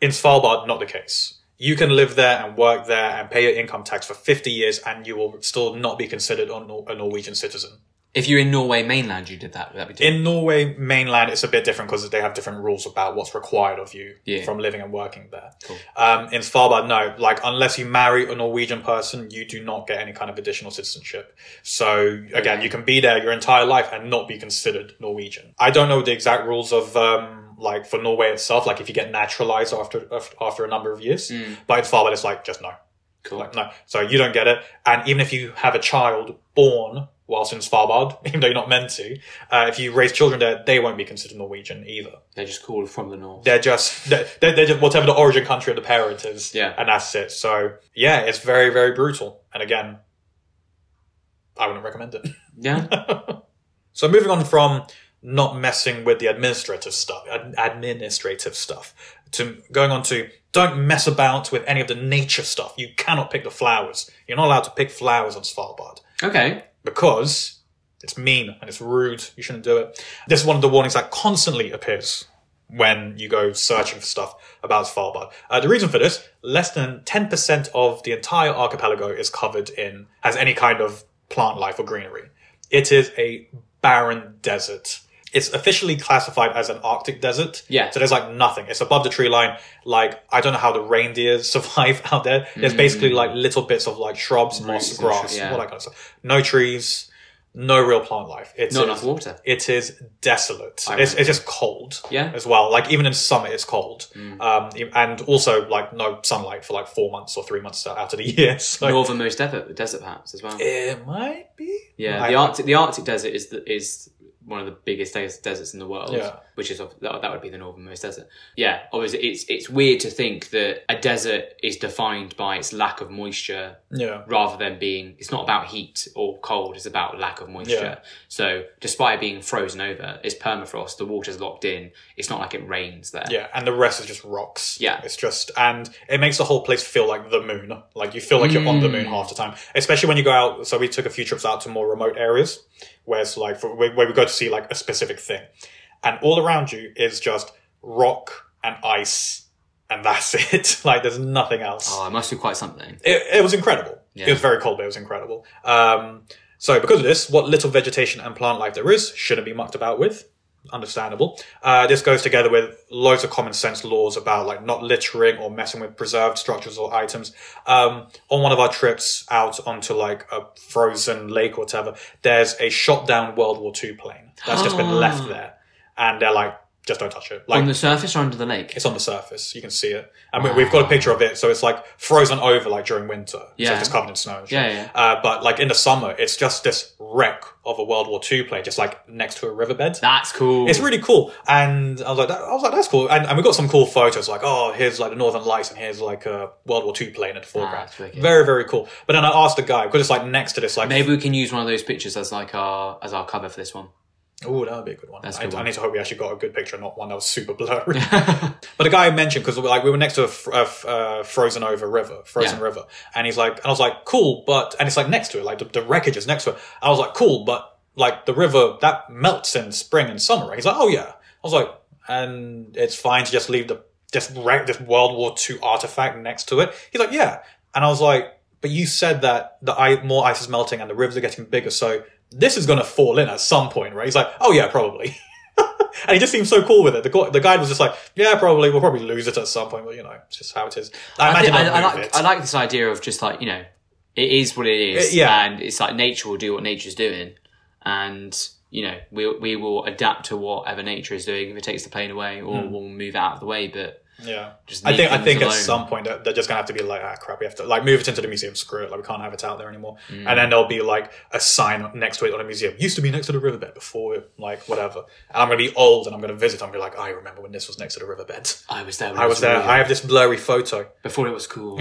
B: In Svalbard, not the case. You can live there and work there and pay your income tax for 50 years and you will still not be considered a Nor- a Norwegian citizen.
A: If you're in Norway mainland, you did that. That we did.
B: In Norway mainland, it's a bit different because they have different rules about what's required of you
A: Yeah.
B: from living and working there.
A: Cool.
B: Um, in Svalbard, no, like unless you marry a Norwegian person, you do not get any kind of additional citizenship. So again, you can be there your entire life and not be considered Norwegian. I don't know the exact rules of. Um, like for Norway itself, like if you get naturalized after af- after a number of years,
A: Mm.
B: but in Svalbard it's like just no,
A: Cool.
B: like no. So you don't get it, and even if you have a child born whilst in Svalbard, [LAUGHS] even though you're not meant to, uh, if you raise children there, they won't be considered Norwegian either
A: They're just called from the north.
B: they're just [LAUGHS] they're, they're they're just whatever the origin country of the parent is
A: Yeah.
B: and that's it so yeah it's very very brutal and again i wouldn't recommend it
A: Yeah.
B: so moving on from not messing with the administrative stuff ad- administrative stuff to going on to don't mess about with any of the nature stuff you cannot pick the flowers you're not allowed to pick flowers on svalbard
A: Okay.
B: because it's mean and it's rude. You shouldn't do it. This is one of the warnings that constantly appears when you go searching for stuff about Svalbard. Uh, the reason for this: less than ten percent of the entire archipelago is covered in has any kind of plant life or greenery. It is a barren desert. It's officially classified as an Arctic desert.
A: Yeah.
B: So there's like nothing. It's above the tree line. Like I don't know how the reindeers [LAUGHS] survive out there. There's basically like little bits of like shrubs, moss,
A: Roots and shit,
B: grass,
A: yeah.
B: all that kind of stuff. No trees, no real plant life. [LAUGHS] It's
A: Not enough water.
B: It is desolate.
A: I
B: It's,
A: remember.
B: it's just cold.
A: Yeah.
B: As well, like even in summer, it's cold.
A: Mm.
B: Um, and also like no sunlight for like four months or three months out of the [LAUGHS] year. So
A: Northernmost desert, desert perhaps as well.
B: it might be.
A: Yeah,
B: I-
A: the Arctic the Arctic desert is the, is one of the biggest des- deserts in the world.
B: Yeah.
A: which is of- that, that would be the northernmost desert. Yeah, obviously it's it's weird to think that a desert is defined by its lack of moisture
B: Yeah.
A: rather than being it's not about heat or cold it's about lack of moisture
B: Yeah.
A: so despite it being frozen over it's permafrost the water's locked in it's not like it rains there
B: Yeah, and the rest is just rocks.
A: Yeah.
B: It's just, and it makes the whole place feel like the moon. Like you feel like you're on the
A: Mm.
B: moon half the time, especially when you go out. So we took a few trips out to more remote areas where it's like, for, where where we go to see like a specific thing. And all around you is just rock and ice, and that's [LAUGHS] it. like there's nothing else
A: oh it must be quite something
B: it, it was incredible.
A: Yeah.
B: It was very cold, but it was incredible. Um, so because of this, what little vegetation and plant life there is shouldn't be mucked about with. Understandable. Uh, this goes together with loads of common sense laws about like not littering or messing with preserved structures or items. Um, on one of our trips out onto like a frozen lake or whatever, there's a shot down World War II plane that's just been left there, and they're like, just don't touch it. Like
A: on the surface or under the lake
B: it's on the surface. You can see it, and we, we've got a picture of it. So it's like frozen over, like during winter. so
A: Yeah.
B: it's just covered in snow. And shit.
A: Yeah, yeah.
B: Uh, but like in the summer, it's just this wreck of a World War II plane, just like next to a riverbed.
A: that's cool
B: It's really cool, and I was like, that, I was like, that's cool, and, and we got some cool photos. Like, oh, here's like the Northern Lights, and here's like a World War II plane at the foreground.
A: that's wicked.
B: very, very cool. But then I asked the guy because it's like next to this, like,
A: maybe we can use one of those pictures as like our as our cover for this one [LAUGHS]
B: oh, that would be a good one.
A: That's a
B: I,
A: good
B: I
A: one.
B: need to hope we actually got a good picture, not one that was super blurry. But the guy mentioned because like we were next to a, fr- a f- uh, frozen over river, frozen
A: Yeah.
B: river, and he's like, and I was like, cool, but and it's like next to it, like the, the wreckage is next to it. I was like, cool, but like the river that melts in spring and summer. right? He's like, oh yeah. I was like, and it's fine to just leave the this wreck, this World War II artifact next to it. He's like, yeah, and I was like, but you said that the I- more ice is melting and the rivers are getting bigger, so this is gonna fall in at some point, right? He's like, oh yeah, probably. [LAUGHS] And he just seemed so cool with it. The, gu- the guide was just like, yeah, probably, we'll probably lose it at some point, but you know, it's just how it is. I,
A: I,
B: imagine
A: think- I,
B: they'll
A: I
B: move
A: like
B: it.
A: I like this idea of just like you know, it is what it is,
B: Uh, yeah.
A: and it's like nature will do what nature's doing, and you know
B: Hmm.
A: we we will adapt to whatever nature is doing. If it takes the plane away, or we'll move out of the way, but
B: Yeah.
A: Just
B: I
A: leave
B: think I
A: things
B: think at
A: alone.
B: some point they're, they're just gonna have to be like, ah, crap, we have to like move it into the museum. Screw it, like we can't have it out there anymore.
A: Mm.
B: And then there'll be like a sign next to it on a museum. Used to be next to the riverbed before, like whatever. And I'm gonna be old and I'm gonna visit. I'm gonna be like, I remember when this was next to the riverbed.
A: I was there. When
B: I was there.
A: real.
B: I have this blurry photo.
A: before it was
B: [LAUGHS]
A: cool.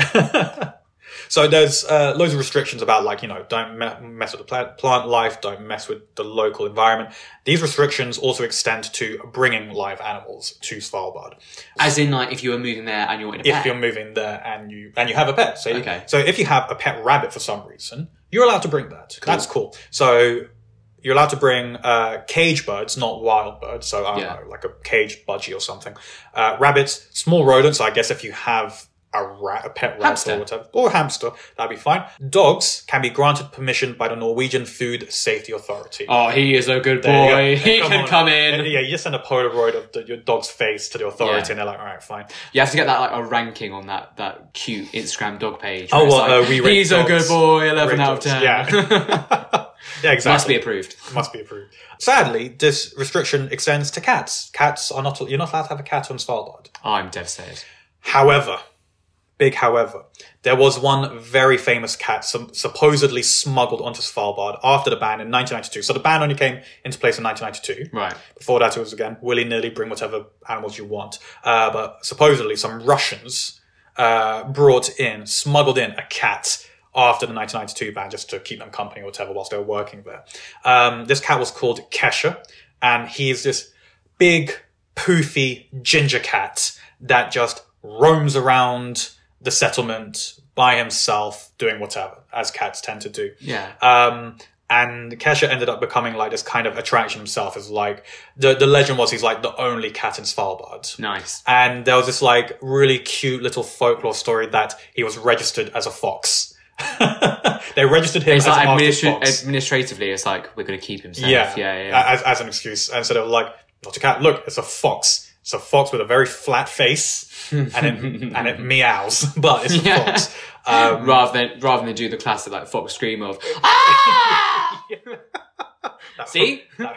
B: So there's uh, loads of restrictions about like you know don't me- mess with the pla- plant life, don't mess with the local environment. These restrictions also extend to bringing live animals to Svalbard.
A: As in, like, if you were moving there and you wanted a
B: if
A: pet.
B: you're moving there and you and you have a pet. So,
A: Uh, Okay.
B: so if you have a pet rabbit for some reason, you're allowed to bring that. That's cool. So you're allowed to bring uh, cage birds, not wild birds. So I don't
A: Yeah.
B: know, like a cage budgie or something. Uh, rabbits, small rodents. I guess if you have a rat, a pet rat
A: Hamster.
B: or whatever, or hamster, that'd be fine. Dogs can be granted permission by the Norwegian Food Safety Authority.
A: Oh, he is a good
B: There you go.
A: boy. [LAUGHS] He
B: Come
A: can
B: on.
A: come in.
B: Yeah, you just send a Polaroid of the, your dog's face to the authority,
A: Yeah.
B: and they're like, "All right, fine."
A: You have to get that like a ranking on that that cute Instagram dog page.
B: Oh,
A: where it's
B: well,
A: like,
B: uh, we rate
A: He's a
B: dogs.
A: good boy. Eleven
B: Great
A: out of
B: dogs.
A: ten.
B: [LAUGHS] Yeah. yeah, exactly.
A: must be approved.
B: Must be approved. Sadly, this restriction extends to cats. Cats are not you're not allowed to have a cat on Svalbard.
A: I'm devastated.
B: However, big however, there was one very famous cat some, supposedly smuggled onto Svalbard after the ban in 1992. So the ban only came into place in 1992.
A: Right.
B: Before that, it was again willy nilly bring whatever animals you want. Uh, but supposedly, some Russians uh, brought in, smuggled in a cat after the 1992 ban just to keep them company or whatever whilst they were working there. Um, this cat was called Kesha, and he is this big, poofy ginger cat that just roams around the settlement by himself doing whatever, as cats tend to do.
A: Yeah.
B: Um, and Kesha ended up becoming like this kind of attraction himself. Is like the the legend was he's like the only cat in Svalbard.
A: nice.
B: And there was this like really cute little folklore story that he was registered as a fox. [LAUGHS] they registered him
A: It's
B: as
A: like
B: an Arctic
A: administra-
B: fox.
A: administratively, it's like we're gonna keep him safe.
B: yeah,
A: Yeah. Yeah.
B: a- As, as an excuse, and so they were like, "Not a cat. Look, it's a fox. It's a fox with a very flat face, and it
A: [LAUGHS]
B: and it meows, [LAUGHS] but it's a
A: Yeah.
B: fox." Um,
A: rather than rather than do the classic like fox scream of ah!
B: that
A: See?
B: hor- [LAUGHS] that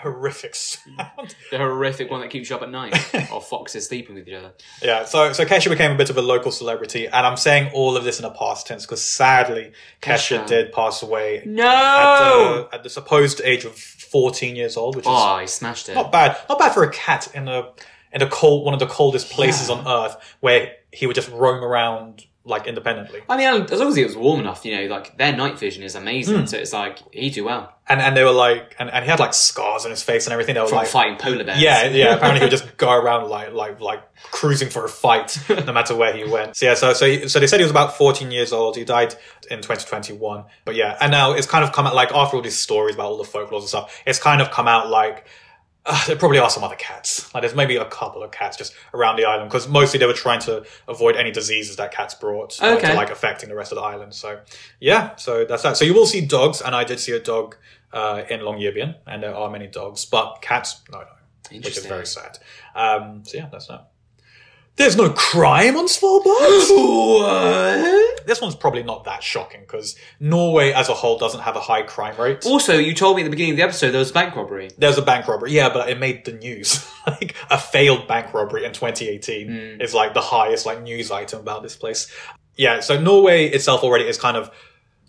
A: [LAUGHS]
B: horrific sound.
A: the horrific one that keeps you up at
B: [LAUGHS]
A: night, or foxes sleeping with each other.
B: Yeah, so so Kesha became a bit of a local celebrity, and I'm saying all of this in a past tense because sadly, Kesha,
A: Kesha.
B: did pass away
A: No.
B: at, the, at the supposed age of 14 years old, which is
A: uh, Oh, he smashed it.
B: not bad. Not bad for a cat in a in a cold one of the coldest places on Earth, where he would just roam around like independently.
A: I mean, as long as it was warm enough, you know, like their night vision is amazing.
B: Hmm.
A: So it's like he do well
B: And and they were like, and, and he had like scars on his face and everything. They were
A: from
B: like.
A: fighting polar bears.
B: Yeah, yeah. Apparently, he would just go around like, like, like cruising for a fight, no matter where he went. So yeah, so so, he, so they said he was about 14 years old. He died in 2021. But yeah, and now it's kind of come out like after all these stories about all the folklore and stuff, it's kind of come out like. Uh, there probably are some other cats. Like there's maybe a couple of cats just around the island because mostly they were trying to avoid any diseases that cats brought uh,
A: Okay.
B: to like affecting the rest of the island. So yeah, so that's that. So you will see dogs, and I did see a dog uh, in Longyearbyen, and there are many dogs, but cats, no, no which is
A: Interesting.
B: very sad. Um, so yeah, that's that. There's no crime on Svalbard. [LAUGHS] this one's probably not that shocking because Norway as a whole doesn't have a high crime rate.
A: Also, you told me at the beginning of the episode there was a bank robbery.
B: There's a bank robbery, yeah, but it made the news. [LAUGHS] like a failed bank robbery in 2018
A: Hmm.
B: is like the highest like news item about this place. Yeah, so Norway itself already is kind of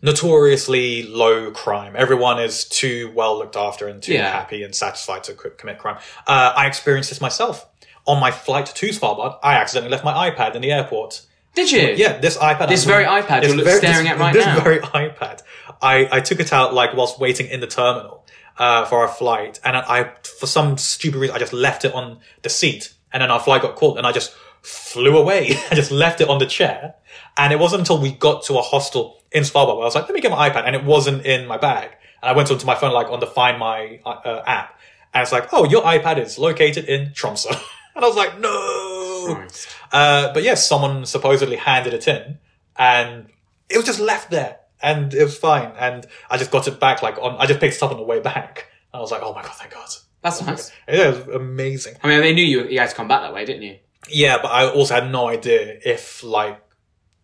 B: notoriously low crime. Everyone is too well looked after and too
A: Yeah.
B: happy and satisfied to co- commit crime. Uh, I experienced this myself. On my flight to Svalbard, I accidentally left my iPad in the airport.
A: Did you?
B: Yeah, this iPad.
A: This
B: I'm-
A: very iPad you're
B: very-
A: staring at right
B: this
A: now.
B: very [LAUGHS] iPad. I, I took it out like whilst waiting in the terminal uh, for our flight, and I for some stupid reason I just left it on the seat, and then our flight got called, and I just flew away. [LAUGHS] I just left it on the chair, and it wasn't until we got to a hostel in Svalbard where I was like, let me get my iPad, and it wasn't in my bag, and I went onto my phone like on the Find My uh, uh, app, and it's like, oh, your iPad is located in Tromsø, [LAUGHS] and I was like, no.
A: Christ.
B: Uh, but yes, someone supposedly handed it in, and it was just left there, and it was fine. And I just got it back, like on. I just picked it up on the way back. I was like, oh my god, thank God.
A: That's nice.
B: It was amazing.
A: I mean, they knew you, you had to come back that way, didn't you?
B: Yeah, but I also had no idea if like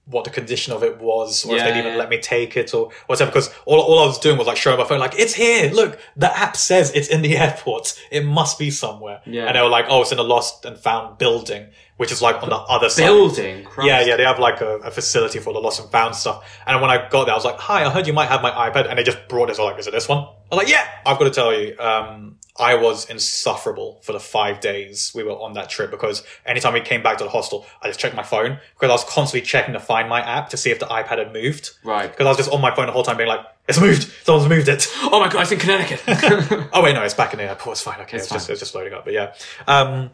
B: what the condition of it was, or if
A: Yeah,
B: they'd even
A: yeah.
B: let me take it, or whatever. Because all, all I was doing was like showing my phone, like it's here. Look, the app says it's in the [LAUGHS] airport. It must be somewhere.
A: Yeah.
B: And they were like, oh, it's in a lost and found building, which is like on the other side.
A: Building. Christ.
B: Yeah, yeah, they have like a, a facility for the lost and found stuff. And when I got there, I was like, "Hi, I heard you might have my iPad," and they just brought this. I was like, "Is it this one?" I was like, "Yeah." I've got to tell you, um, I was insufferable for the five days we were on that trip because anytime we came back to the hostel, I just checked my phone because I was constantly checking to find my app to see if the iPad had moved.
A: Right.
B: Because I was just on my phone the whole time, being like, "It's moved. Someone's moved it."
A: Oh my god, it's in
B: [LAUGHS]
A: Connecticut.
B: Oh wait, no, it's back in the airport. It's fine. Okay, it's, just it's just loading up. But yeah. Um,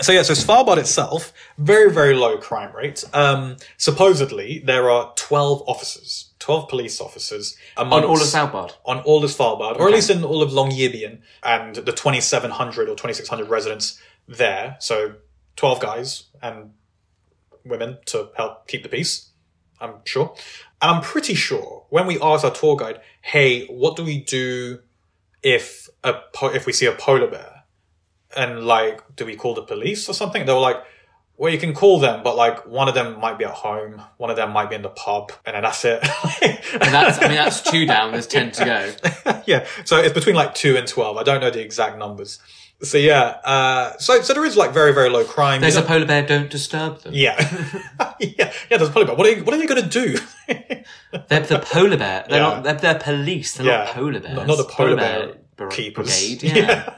B: so yeah, so Svalbard itself, very very low crime rate. Um, supposedly there are twelve officers, twelve police officers amongst,
A: On all of Svalbard.
B: on all of Svalbard, or at least in all of Longyearbyen and the twenty seven hundred or twenty six hundred residents there. So twelve guys and women to help keep the peace. I'm sure, and I'm pretty sure when we asked our tour guide, "Hey, what do we do if a po- if we see a polar bear and like do we call the police or something they were like well you can call them but like one of them might be at home one of them might be in the pub and then that's it [LAUGHS]
A: And that's, I mean, that's two down. There's ten to go.
B: yeah so it's between like 2 and 12 i don't know the exact numbers so yeah uh so so there is like very very low crime
A: There's
B: You
A: a
B: know-
A: polar bear. Don't disturb them.
B: yeah [LAUGHS] yeah yeah there's a polar bear what are you, what are you going to do [LAUGHS]
A: They're the polar bear. They're
B: Yeah.
A: not. They're, they're police. They're
B: Yeah.
A: not polar bears.
B: Not- not the polar bear
A: br-
B: keepers.
A: Brigade.
B: [LAUGHS]
A: Yeah.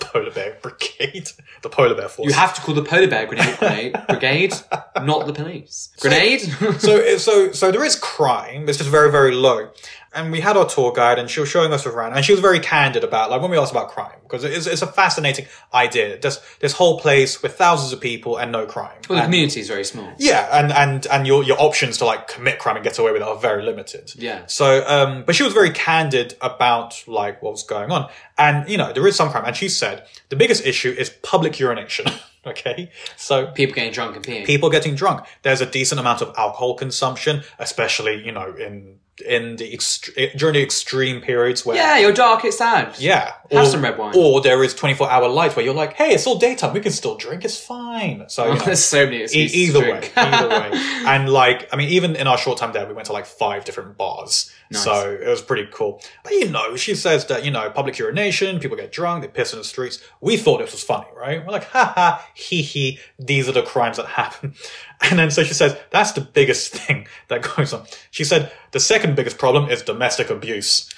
B: polar bear brigade the polar bear force
A: You have to call the polar bear
B: [LAUGHS]
A: grenade grenade brigade, not the police. Grenade. [LAUGHS]
B: so so so there is crime it's just very very low and we had our tour guide and she was showing us around and she was very candid about like when we asked about crime because it's, it's a fascinating idea just this whole place with thousands of people and no crime
A: well, the
B: And-
A: community is very small.
B: yeah and and and your your options to like commit crime and get away with it are very limited
A: Yeah.
B: so um but she was very candid about like what was going on and you know there is some crime and she said the biggest issue is public urination [LAUGHS] okay so
A: People getting drunk and peeing.
B: people getting drunk. There's a decent amount of alcohol consumption, especially you know in in the ext- during the extreme periods where
A: yeah, you're dark. It's sad.
B: yeah,
A: Have some red wine.
B: Or there is 24 hour light where you're like, hey, it's all daytime, we can still drink, it's fine. So
A: [LAUGHS]
B: you
A: [LAUGHS]
B: know,
A: There's so many
B: e-
A: excuses.
B: either
A: to
B: way,
A: drink.
B: either way, and like I mean, even in our short time there, we went to like five different bars. So it was pretty cool. But you know, she says that, you know, public urination, people get drunk, they piss in the streets. We thought this was funny, right? We're like, ha ha, hee hee, these are the crimes that happen. [LAUGHS] And then so she says, that's the biggest [LAUGHS] thing that goes on. She said, the second biggest problem is domestic abuse.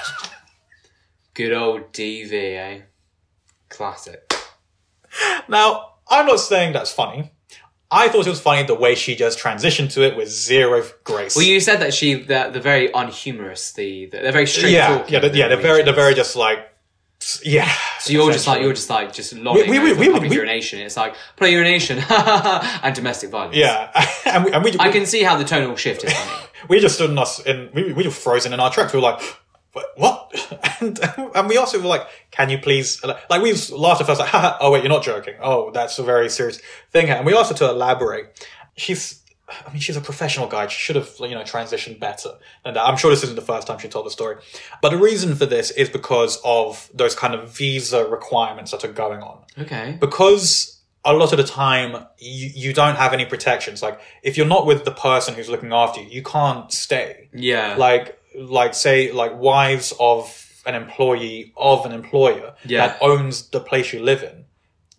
A: [LAUGHS] Good old DV, eh? Classic.
B: Now, I'm not saying that's funny. I thought it was funny the way she just transitioned to it with zero grace.
A: Well, you said that she that the very unhumorous, the, the they're very straight.
B: yeah,
A: talking,
B: yeah, they're, yeah. They're very, they're
A: Norwegians.
B: very just like, yeah.
A: So you're just like you're just like just lolling
B: we- we-
A: over
B: we-
A: public
B: we-
A: urination. It's like play urination [LAUGHS] and domestic violence.
B: yeah, [LAUGHS] and we, and we,
A: I can see how the tonal shift is
B: [LAUGHS]
A: coming.
B: we just stood in us in we we were frozen in our tracks. We were like, "Wha- what? [LAUGHS] And and we also were like, can you please like we just laughed at first like, Haha, oh wait, you're not joking. Oh, that's a very serious thing. And we asked her to elaborate. She's. I mean, she's a professional guide. She should have, you know, transitioned better. And I'm sure this isn't the first time she told the story. But the reason for this is because of those kind of visa requirements that are going on
A: Okay.
B: because a lot of the time you, you don't have any protections like if you're not with the person who's looking after you you can't stay
A: Yeah.
B: like like say like wives of an employee of an employer
A: Yeah.
B: that owns the place you live in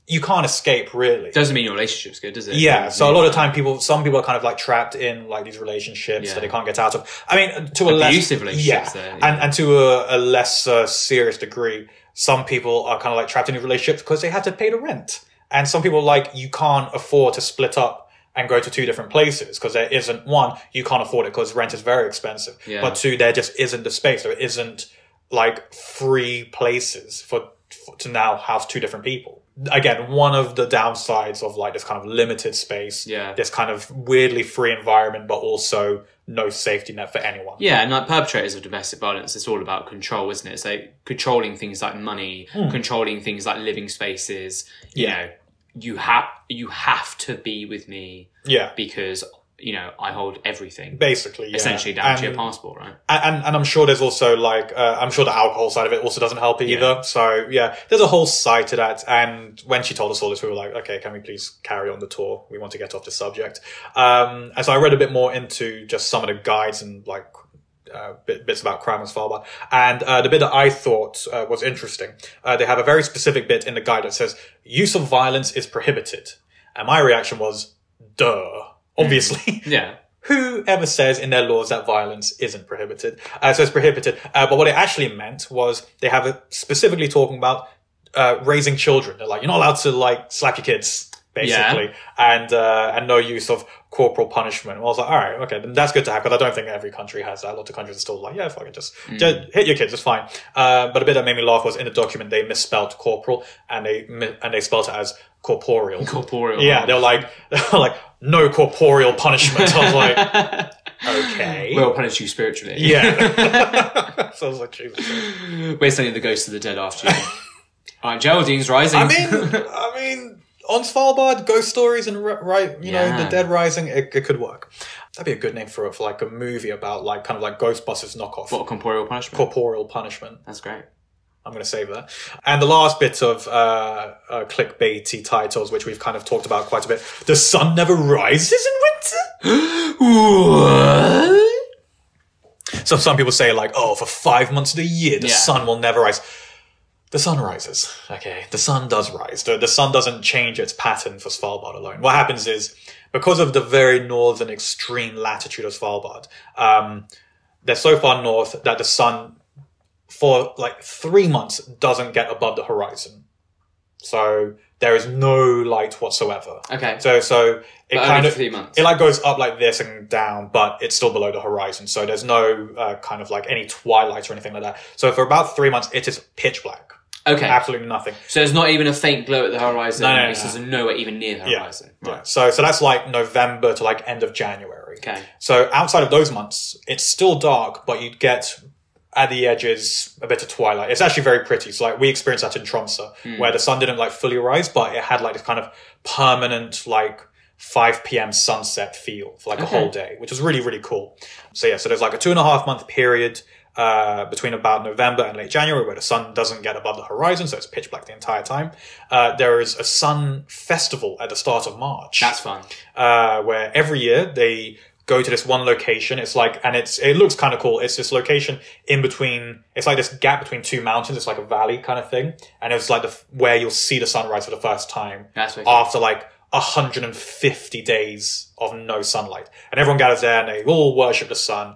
B: you can't escape really
A: Doesn't mean your relationship's good, does it?
B: yeah so a lot of time people some people are kind of like trapped in like these relationships
A: Yeah.
B: that they can't get out of i mean to a
A: Abusive
B: less
A: relationships
B: yeah,
A: there, yeah.
B: and and to a, a less uh, serious degree some people are kind of like trapped in these relationships because they have to pay the rent and some people like you can't afford to split up and go to two different places because there isn't one you can't afford it because rent is very expensive
A: Yeah.
B: but two there just isn't the space there isn't like free places for, for to now house two different people again one of the downsides of like this kind of limited space
A: Yeah.
B: this kind of weirdly free environment but also no safety net for anyone
A: Yeah, and like perpetrators of domestic violence, it's all about control, isn't it? It's like controlling things like money, controlling things like living spaces. You
B: Hmm. Yeah.
A: know, you have you have to be with me
B: yeah
A: because you know, I hold everything
B: Basically, yeah.
A: essentially down to your
B: And-
A: passport, right?
B: and and- and I'm sure there's also like uh, I'm sure the alcohol side of it also doesn't help either. So yeah, there's a whole side to that. And when she told us all this, we were like, okay, can we please carry on the tour? We want to get off this subject. Um, and so I read a bit more into just some of the guides and like. Uh, bit, bits about crime and Svalbard. And uh, the bit that I thought uh, was interesting, uh, they have a very specific bit in the guide that says, use of violence is prohibited. And my reaction was, duh. Obviously,
A: Yeah.
B: whoever says in their laws that violence isn't prohibited. Uh, so it's prohibited. Uh, but what it actually meant was they have it specifically talking about uh, raising children. They're like, you're not allowed to like slap your kids, basically, and uh, and no use of corporal punishment. And I was like, all right, okay, then that's good to have because I don't think every country has that. A lot of countries are still like, yeah, fuck it, just, just hit your kids, it's fine. Uh, but a bit that made me laugh was in the document they misspelled corporal and they mi- and they spelled it as corporeal.
A: Corporeal.
B: Yeah, they're like, [LAUGHS] they're like, no corporeal punishment. I was like, okay.
A: We'll punish you spiritually.
B: yeah. [LAUGHS] so I was like, Jesus.
A: [LAUGHS] We're sending the ghosts of the dead after
B: [LAUGHS]
A: you. All right, Geraldine's rising.
B: I mean, I mean, on Svalbard, ghost stories and ri- right, you know,
A: Yeah.
B: the Dead Rising, it, it could work. That'd be a good name for for like a movie about like kind of like Ghostbusters knockoff.
A: [LAUGHS] what corporeal punishment?
B: Corporeal punishment.
A: That's great. [GASPS]
B: I'm going to save that. And the last bit of uh, uh, clickbaity titles, which we've kind of talked about quite a bit. The sun never rises in winter.
A: What?
B: So some people say like, oh, for five months of the year, the
A: Yeah.
B: sun will never rise. The sun rises. Okay, the sun does rise. The, the sun doesn't change its pattern for Svalbard alone. What happens is, because of the very northern extreme latitude of Svalbard, um, they're so far north that the sun, for like three months, doesn't get above the horizon. So there is no light whatsoever.
A: Okay.
B: So so
A: But
B: it kind
A: only
B: of
A: for three months.
B: it like goes up like this and down, but it's still below the horizon. So there's no uh, kind of like any twilight or anything like that. So for about three months, it is pitch black,
A: okay.
B: absolutely nothing.
A: So there's not even a faint glow at the horizon.
B: No, no, no,
A: This
B: no.
A: is nowhere even near the
B: Yeah.
A: horizon. Right.
B: So so that's like November to like end of January.
A: Okay.
B: So outside of those months, it's still dark, but you get at the edges a bit of twilight. It's actually very pretty. So like we experienced that in Tromsø,
A: Hmm.
B: where the sun didn't like fully rise, but it had like this kind of permanent like 5 p.m. sunset feel for like a
A: Okay.
B: whole day, which was really really cool. So yeah, so there's like a two and a half month period. Uh, between about November and late January, where the sun doesn't get above the horizon, so it's pitch black the entire time. Uh, there is a sun festival at the start of March
A: That's fun.
B: uh, where every year they go to this one location. It's like, and it's it looks kind of cool. It's this location in between. It's like this gap between two mountains. It's like a valley kind of thing, and it's like the f- where you'll see the sunrise for the first time
A: That's wicked.
B: after like. 150 days of no sunlight, and everyone gathers there and they all worship the sun.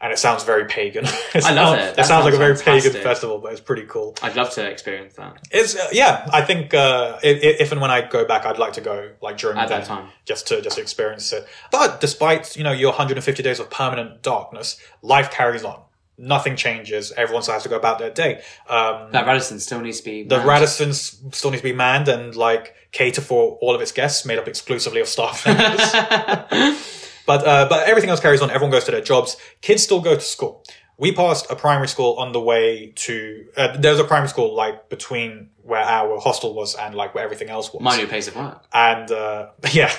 B: And it sounds very pagan. [LAUGHS] it
A: I love it. That
B: It sounds like
A: sounds
B: a very
A: fantastic.
B: pagan festival, but it's pretty cool.
A: I'd love to experience that.
B: It's uh, yeah. I think uh, if, if and when I go back, I'd like to go like during
A: At that
B: then,
A: time.
B: just to just experience it. But despite you know your 150 days of permanent darkness, life carries on. Nothing changes. Everyone still has to go about their day. Um,
A: That Radisson still needs to be.
B: the
A: manned.
B: Radisson s- still needs to be manned and like cater for all of its guests, made up exclusively of staff members.
A: [LAUGHS]
B: But uh, but everything else carries on. Everyone goes to their jobs. Kids still go to school. We passed a primary school on the way to. Uh, there was a primary school like between where our hostel was and like where everything else was.
A: My new place of work.
B: And uh, [LAUGHS] yeah,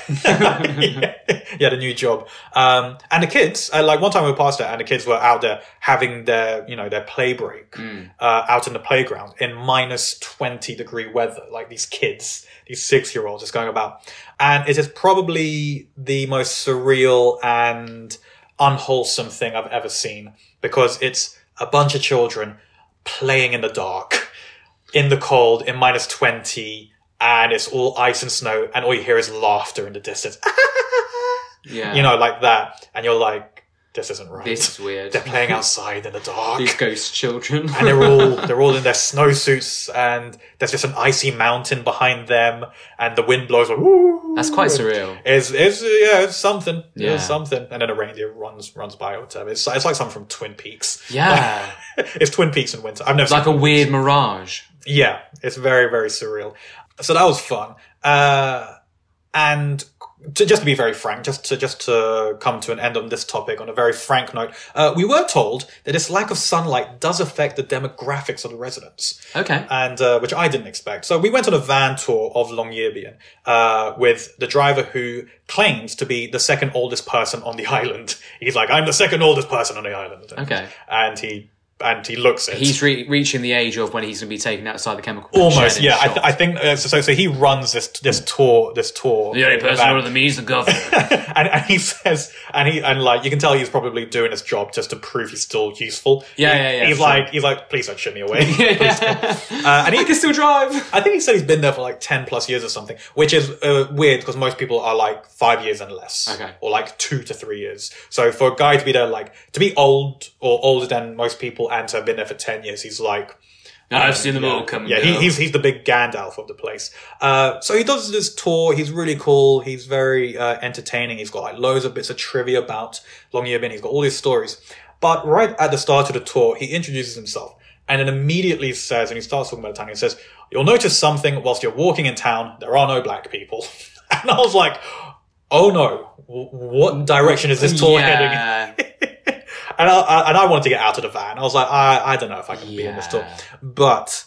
B: yeah, a new job. Um, and the kids, uh, like one time we passed it, and the kids were out there having their you know their play break uh, out in the playground in minus twenty degree weather. Like these kids, these six year olds, just going about. And it is probably the most surreal and unwholesome thing I've ever seen because it's a bunch of children playing in the dark, in the cold, in minus 20, and it's all ice and snow, and all you hear is laughter in the distance. [LAUGHS]
A: Yeah.
B: you know, like that. And you're like, this isn't right.
A: this is weird.
B: They're playing outside in the dark.
A: These ghost children.
B: and
A: [LAUGHS]
B: they're all they're all in their snowsuits, and there's just an icy mountain behind them, and the wind blows. Like, "Woo!"
A: That's quite surreal.
B: It's, it's yeah, it's something.
A: Yeah.
B: It's something. And then a reindeer runs runs by or whatever. It's, it's like something from Twin Peaks.
A: Yeah.
B: it's Twin Peaks in winter. I've never
A: It's like a weird mirage.
B: yeah, it's very very surreal. So that was fun. Uh, And to, just to be very frank, just to just to come to an end on this topic on a very frank note, uh, we were told that this lack of sunlight does affect the demographics of the residents,
A: Okay.
B: and uh, which I didn't expect. So we went on a van tour of Longyearbyen uh, with the driver who claims to be the second oldest person on the [LAUGHS] island. He's like, "I'm the second oldest person on the island,"
A: Okay.
B: and he and he looks it.
A: He's re- reaching the age of when he's going to be taken outside the chemical.
B: Almost,
A: shed and
B: yeah. I, th-
A: shot.
B: I think uh, so. So he runs this this tour, this tour.
A: the only
B: in
A: person
B: van.
A: older than me is the governor.
B: [LAUGHS] and, and he says, and he and like you can tell he's probably doing his job just to prove he's still useful.
A: Yeah,
B: He-
A: yeah, yeah,
B: He's
A: sure.
B: like, he's like, please don't shit me
A: [LAUGHS]
B: away.
A: uh,
B: and he-
A: I can still drive.
B: I think he said he's been there for like ten plus years or something, which is uh, weird because most people are like five years and less,
A: Okay.
B: or like two to three years. So for a guy to be there, like to be old or older than most people, and to have been there for ten years, he's like
A: No, I've seen them all come. and
B: yeah, he,
A: go.
B: he's he's the big Gandalf of the place. Uh, so he does this tour. He's really cool. He's very uh, entertaining. He's got like loads of bits of trivia about Longyearbyen. He's got all these stories. But right at the start of the tour, he introduces himself and then immediately says, and he starts talking about the town. He says, "You'll notice something whilst you're walking in town. There are no black people." [LAUGHS] and I was like, "Oh no, w- what direction is this tour heading?"
A: yeah.
B: and I, I and I wanted to get out of the van. I was like, I, I don't know if I can be in this tour.
A: Yeah.
B: But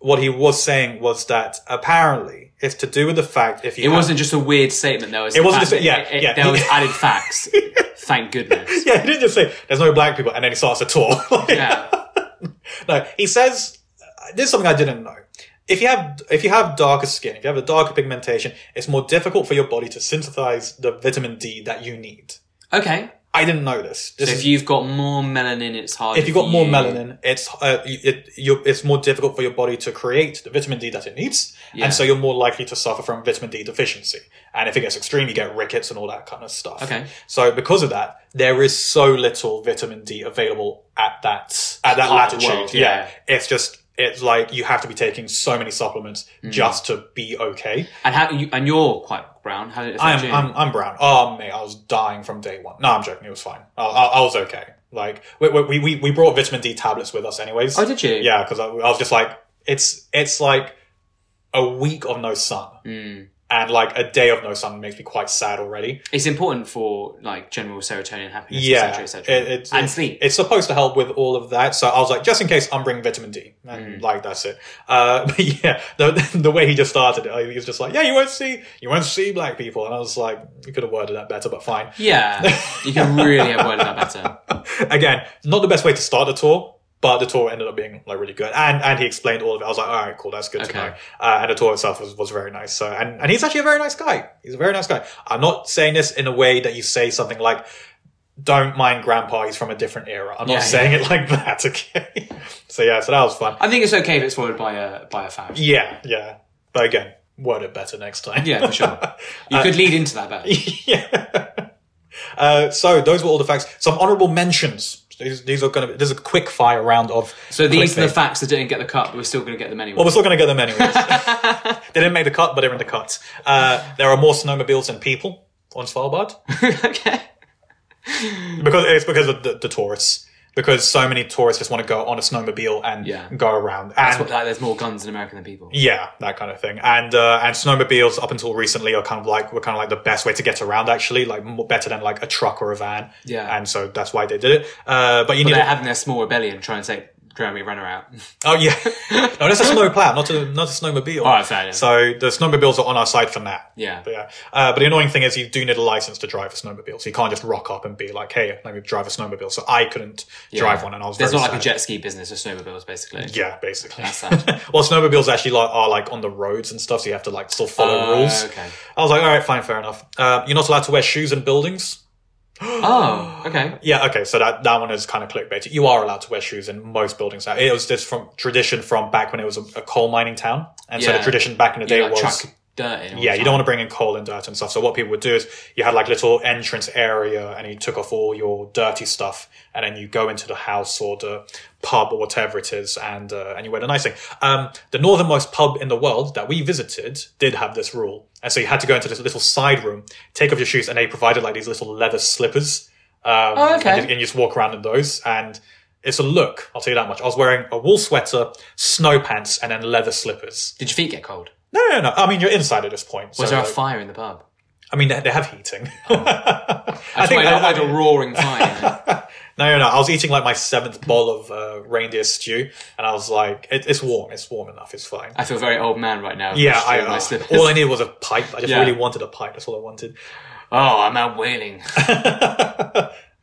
B: what he was saying was that apparently it's to do with the fact if you
A: It
B: have-
A: wasn't just a weird statement. There was
B: It wasn't
A: fact-
B: just- yeah,
A: it- it-
B: yeah.
A: There was added
B: [LAUGHS]
A: facts. Thank goodness.
B: [LAUGHS] yeah, he didn't just say there's no black people and then he starts a tour. [LAUGHS] Like,
A: Yeah.
B: No, he says uh, this is something I didn't know. If you have if you have darker skin, if you have a darker pigmentation, it's more difficult for your body to synthesize the vitamin D that you need.
A: Okay.
B: I didn't know this. This
A: So
B: is
A: if you've got more melanin, it's harder.
B: if you've got
A: for
B: more
A: you.
B: melanin, it's uh, it, you it's more difficult for your body to create the vitamin D that it needs,
A: Yeah.
B: and so you're more likely to suffer from vitamin D deficiency. And if it gets extreme, you get rickets and all that kind of stuff.
A: Okay.
B: So because of that, there is so little vitamin D available at that at that
A: Part of the
B: latitude.
A: world,
B: yeah. it's just it's like you have to be taking so many supplements
A: Mm.
B: just to be okay.
A: And how you, and you're quite brown. How did it affect
B: I'm,
A: you?
B: I'm I'm brown. Oh mate, I was dying from day one. No, I'm joking. It was fine. I, I, I was okay. Like we, we we we brought vitamin D tablets with us anyways.
A: oh, did you?
B: Yeah, because I, I was just like, it's it's like a week of no sun,
A: Mm.
B: and like a day of no sun makes me quite sad already.
A: It's important for like general serotonin happiness,
B: Yeah,
A: etc., etc.
B: it- it's-
A: and
B: it's-
A: sleep.
B: It's supposed to help with all of that, so I was like, just in case, I'm bringing vitamin D,
A: Mm.
B: and like that's it. Uh, [LAUGHS] but yeah, the, the way he just started, it, he was just like, yeah, you won't see, you won't see black people, and I was like, you could have worded that better, but fine. [LAUGHS]
A: yeah, you can really have worded that better.
B: Again, not the best way to start a tour. But the tour ended up being like really good, and and he explained all of it. I was like, all right, cool, that's good to
A: Okay.
B: know. Uh, and the tour itself was, was very nice. So, and and he's actually a very nice guy. He's a very nice guy. I'm not saying this in a way that you say something like, "Don't mind Grandpa, he's from a different era." I'm not
A: Yeah,
B: saying it [LAUGHS] like that. Okay. [LAUGHS] so yeah, so that was fun.
A: I think it's okay if it's worded by a by a fan.
B: Yeah, yeah. But again, word it better next time.
A: Yeah,
B: [LAUGHS]
A: for sure. You
B: Uh,
A: could lead into that better.
B: yeah. Uh, so those were all the facts. Some honorable mentions. These, these are going to. be This is a quick fire round of.
A: So these are
B: clickbait.
A: the facts that didn't get the cut, but we're still going to get them anyway.
B: Well, we're still going to get them anyways. [LAUGHS] they didn't make the cut, but they're in the cut. Uh, there are more snowmobiles than people
A: [LAUGHS]
B: on Svalbard
A: okay.
B: because it's because of the, the tourists. Because so many tourists just want to go on a snowmobile and
A: Yeah.
B: go around. And
A: That's what- like, there's more guns in America than people.
B: Yeah, that kind of thing. And uh, and snowmobiles up until recently are kind of like were kind of like the best way to get around actually, like more, better than like a truck or a van.
A: Yeah.
B: And so that's why they did it. Uh, but you need
A: They're
B: to,
A: having their small rebellion trying to take Jeremy Renner out. [LAUGHS]
B: oh yeah, no, that's a snowplow, not a not a snowmobile.
A: All Oh, right, fair enough.
B: So the snowmobiles are on our side for now.
A: Yeah.
B: But yeah. Uh, but the annoying thing is you do need a license to drive a snowmobile, so you can't just rock up and be like, hey, let me drive a snowmobile. So I couldn't drive one, and I was
A: There's
B: very
A: not like
B: sad.
A: a jet ski business or snowmobiles, basically.
B: Yeah, basically.
A: sad.
B: [LAUGHS] well, snowmobiles actually like, are like on the roads and stuff, so you have to like still follow
A: Oh,
B: rules.
A: okay.
B: I was like, all right, fine, fair enough. Uh, you're not allowed to wear shoes in buildings.
A: [GASPS] Oh, okay.
B: Yeah, okay. So that, that one is kind of clickbait. You are allowed to wear shoes in most buildings now. It was just from tradition from back when it was a, a coal mining town, and so the
A: Yeah.
B: tradition back in the day
A: You like
B: was.
A: chuck dirt in. all
B: Yeah,
A: the
B: you
A: time.
B: don't want to bring in coal and dirt and stuff. So what people would do is you had like little entrance area and you took off all your dirty stuff and then you go into the house or the pub or whatever it is and uh, and you wear the nice thing. Um, the northernmost pub in the world that we visited did have this rule. And so you had to go into this little side room, take off your shoes and they provided like these little leather slippers. Um,
A: Oh, okay.
B: And you, and you just walk around in those and it's a look, I'll tell you that much. I was wearing a wool sweater, snow pants, and then leather slippers.
A: Did your feet get cold?
B: No, no, no. I mean, you're inside at this point.
A: Was
B: so,
A: there a
B: like,
A: fire in the pub?
B: I mean, they, they have heating. [LAUGHS] I
A: I think I had a
B: mean-
A: roaring
B: [LAUGHS]
A: fire.
B: No, no, no. I was eating like my seventh bowl of uh, reindeer stew, and I was like, it, "It's warm. It's warm enough. It's fine."
A: I feel very old man right now.
B: yeah,
A: Just
B: I,
A: through my
B: uh,
A: slippers.
B: all I needed was a pipe. I just
A: Yeah.
B: really wanted a pipe. That's all I wanted.
A: [LAUGHS] Oh, I'm out whaling. [LAUGHS]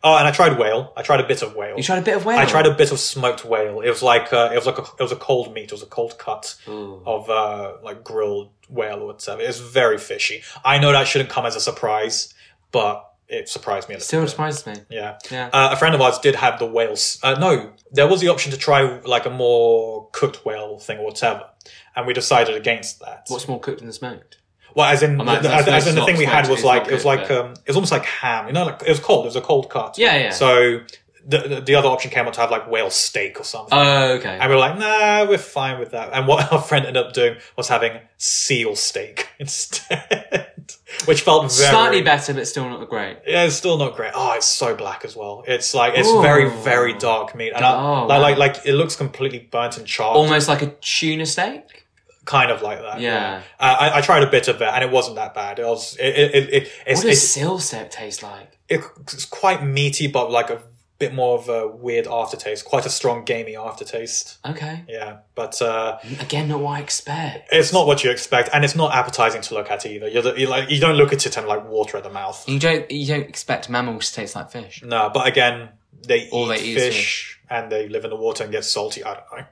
B: Oh, and I tried whale. I tried a bit of whale.
A: You tried a bit of whale.
B: I tried a bit of smoked whale. It was like uh, it was like a, it was a cold meat. It was a cold cut
A: Mm.
B: of uh, like grilled whale or whatever. It's very fishy. I know that shouldn't come as a surprise, but it surprised me a little.
A: Still
B: bit.
A: surprises me.
B: Yeah.
A: Yeah.
B: Uh, a friend of ours did have the whales. Uh, no, there was the option to try like a more cooked whale thing or whatever, and we decided against that.
A: What's more cooked than smoked?
B: well, as in,
A: Oh, that's-
B: the,
A: that's-
B: as, as in the
A: that's
B: thing we
A: not-
B: had was
A: it's not
B: like it was
A: good,
B: like
A: but-
B: um, it was almost like ham. You know, like, it was cold. It was a cold cut.
A: Yeah, yeah.
B: So the the- the other option came out to have like whale steak or something.
A: Oh, okay.
B: and we were like, nah, we're fine with that. And what [LAUGHS] our friend ended up doing was having seal steak [LAUGHS] instead, which felt very
A: Slightly better, but still not great.
B: yeah, it's still not great. Oh, it's so black as well. It's like it's
A: Ooh.
B: very very dark meat, and I,
A: Oh,
B: like, like
A: wow.
B: like it looks completely burnt and charred,
A: Almost like a tuna steak.
B: kind of like that.
A: Yeah.
B: Uh, I, I tried a bit of it, and it wasn't that bad. It was it, it, it, it it's,
A: What does
B: it's,
A: seal steak taste like?
B: it's quite meaty, but like a bit more of a weird aftertaste, quite a strong gamey aftertaste.
A: Okay.
B: Yeah, but uh,
A: Again, not what I expect.
B: it's not what you expect, and it's not appetizing to look at either. You're, the, you like you don't look at it and like water at the mouth.
A: You don't. You don't expect mammals to taste like fish.
B: No, but again, they
A: All
B: eat
A: they eat is
B: fish and they live in the water and get salty. I don't know.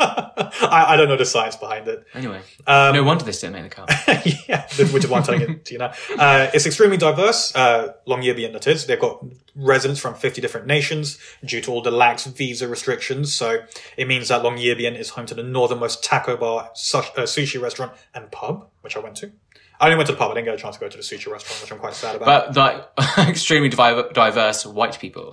B: [LAUGHS] I, I don't know the science behind it.
A: Anyway,
B: Um,
A: no wonder this didn't make the cut.
B: [LAUGHS] yeah, which is why I'm telling it to you now. Uh, it's extremely diverse. Uh, Longyearbyen it is. They've got residents from 50 different nations due to all the lax visa restrictions. So it means that Longyearbyen is home to the northernmost taco bar, su- uh, sushi restaurant, and pub, which I went to. I only went to the pub. I didn't get a chance to go to the sushi restaurant, which I'm quite sad about.
A: But like [LAUGHS] extremely div- diverse white
B: [LAUGHS]
A: people.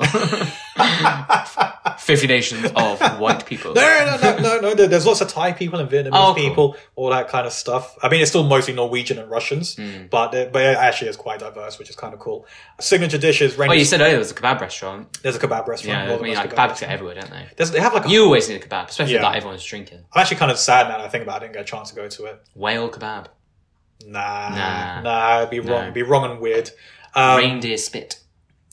A: Fifty nations of white people.
B: No, no, no, no, no. there- There's lots of Thai people and Vietnamese
A: Oh, cool.
B: people, all that kind of stuff. I mean, it's still mostly Norwegian and Russians,
A: Hmm.
B: but it, but it actually is quite diverse, which is kind of cool. Signature dishes,
A: Well,
B: ranging.
A: you said earlier there was a kebab restaurant.
B: there's a kebab restaurant.
A: Oh, Yeah, I
B: Northern
A: mean,
B: West
A: like
B: kebab
A: kebabs
B: restaurant.
A: get everywhere, don't they?
B: There's, they have like a,
A: You always need a kebab, especially
B: Yeah.
A: that everyone's drinking.
B: I'm actually kind of sad now. that I think about it. I didn't get a chance to go to it.
A: Whale kebab,
B: Nah, nah,
A: Nah.
B: it'd be wrong. It'd be wrong and weird. Um,
A: reindeer spit.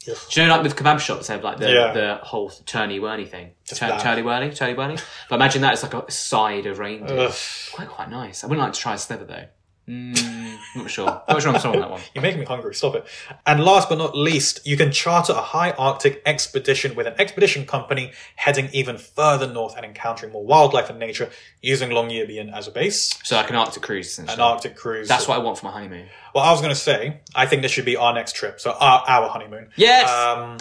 A: Do you know, like with kebab shops, they have like the,
B: Yeah.
A: the whole turny whirly thing. Tur-
B: that.
A: Turly whirly, turly whirly. But imagine that it's like a side of reindeer.
B: ugh.
A: Quite quite nice. I wouldn't like to try a sliver though. Mm, not sure. Not sure I'm sold on that one.
B: You're making me hungry. Stop it. And last but not least, you can charter a high Arctic expedition with an expedition company heading even further north and encountering more wildlife and nature using Longyearbyen as a base.
A: So like an Arctic cruise, essentially.
B: An Arctic cruise.
A: That's what I want for my honeymoon.
B: Well, I was going to say, I think this should be our next trip. So our, our honeymoon.
A: Yes.
B: Um,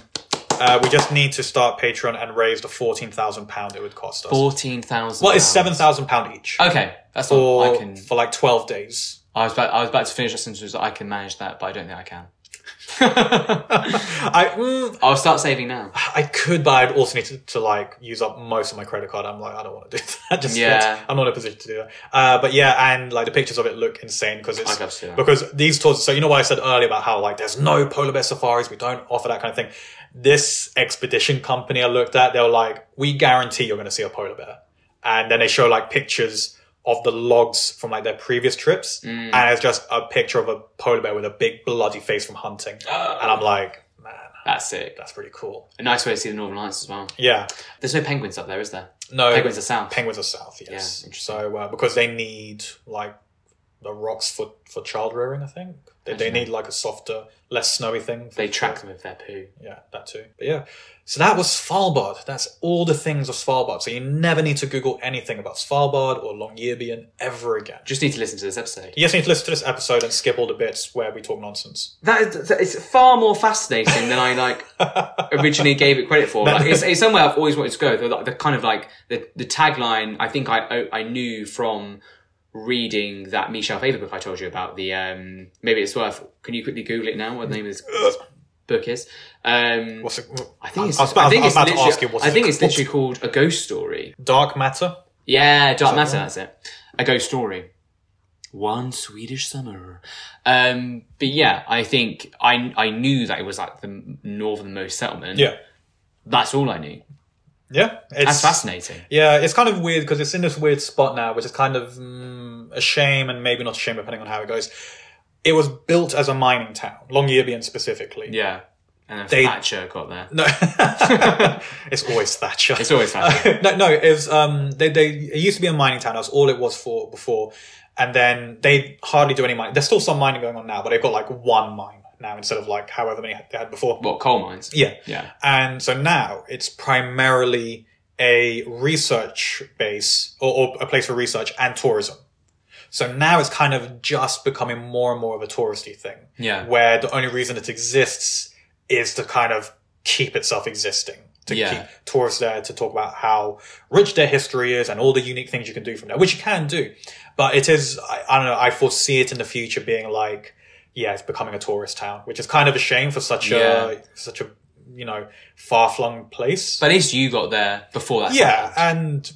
B: uh, we just need to start Patreon and raise the fourteen thousand pound it would cost us.
A: Fourteen thousand.
B: well, it's seven thousand pound each
A: Okay, that's all
B: for
A: I can.
B: for like twelve days. [LAUGHS]
A: I was about. I was about to finish that sentence. I can manage that, but I don't think I can.
B: I mm,
A: I'll start saving now.
B: I could, but I'd also need to, to like use up most of my credit card. I'm like, I don't want to do [LAUGHS] that. Just yet.
A: Yeah.
B: I'm not in a position to do that. Uh, but yeah, and like the pictures of it look insane because it's
A: I'd love to see that.
B: because these tours. So you know what I said earlier about how like there's no polar bear safaris. We don't offer that kind of thing. This expedition company I looked at, they were like, we guarantee you're going to see a polar bear, and then they show like pictures. Of the logs from like their previous trips, and it's just a picture of a polar bear with a big bloody face from hunting, and I'm like, man,
A: That's it.
B: that's pretty cool.
A: A nice way to see the Northern Lights as well.
B: Yeah,
A: There's no penguins up there, is there?
B: no,
A: Penguins are south.
B: Penguins are south, yes.
A: Yeah, interesting.
B: so uh, because they need like the rocks for for child rearing, I think they, they
A: Actually.
B: need like a softer, less snowy thing. for-
A: they track them with their poo.
B: Yeah, that too. But yeah, so that was Svalbard. That's all the things of Svalbard. So you never need to Google anything about Svalbard or Longyearbyen ever again.
A: Just need to listen to this episode.
B: You just need to listen to this episode and skip all the bits where we talk nonsense.
A: That is, that- it's far more fascinating than I
B: [LAUGHS]
A: like originally gave it credit for. Like, it's, it's somewhere I've always wanted to go. The, like, the kind of like the, the tagline I think I I knew from reading that Michel Faber book I told you about. The um, maybe it's worth. Can you quickly Google it now? What the name of this, this book is? Um,
B: What's it?
A: I think it's,
B: I
A: I,
B: was about-
A: think
B: I
A: it's
B: was about to ask you
A: literally,
B: what's
A: I think
B: it
A: it's literally called a ghost story.
B: Dark matter.
A: Yeah, Dark Matter, that's it. A ghost story. One Swedish summer. Um, but yeah, I think I I knew that it was like the northernmost settlement.
B: Yeah,
A: That's all I knew.
B: yeah. It's
A: That's fascinating.
B: Yeah, it's kind of weird because it's in this weird spot now, which is kind of mm, a shame and maybe not a shame depending on how it goes. It was built as a mining town, Longyearbyen specifically.
A: Yeah. And then
B: They-
A: Thatcher got there.
B: No, [LAUGHS] it's always Thatcher.
A: It's always Thatcher.
B: [LAUGHS] no, no, it was, um, they, they, it used to be a mining town. That's all it was for before. And then they hardly do any mining. There's still some mining going on now, but they've got like one mine now instead of like however many they had before.
A: what, coal mines?
B: Yeah.
A: Yeah.
B: And so now it's primarily a research base or, or a place for research and tourism. So now it's kind of just becoming more and more of a touristy thing
A: Yeah.
B: where the only reason it exists is to kind of keep itself existing. To
A: Yeah.
B: keep tourists there to talk about how rich their history is and all the unique things you can do from there, which you can do. But it is, I, I don't know, I foresee it in the future being like, yeah, it's becoming a tourist town, which is kind of a shame for such
A: Yeah.
B: a, such a, you know, far flung place.
A: But at least you got there before that.
B: yeah, and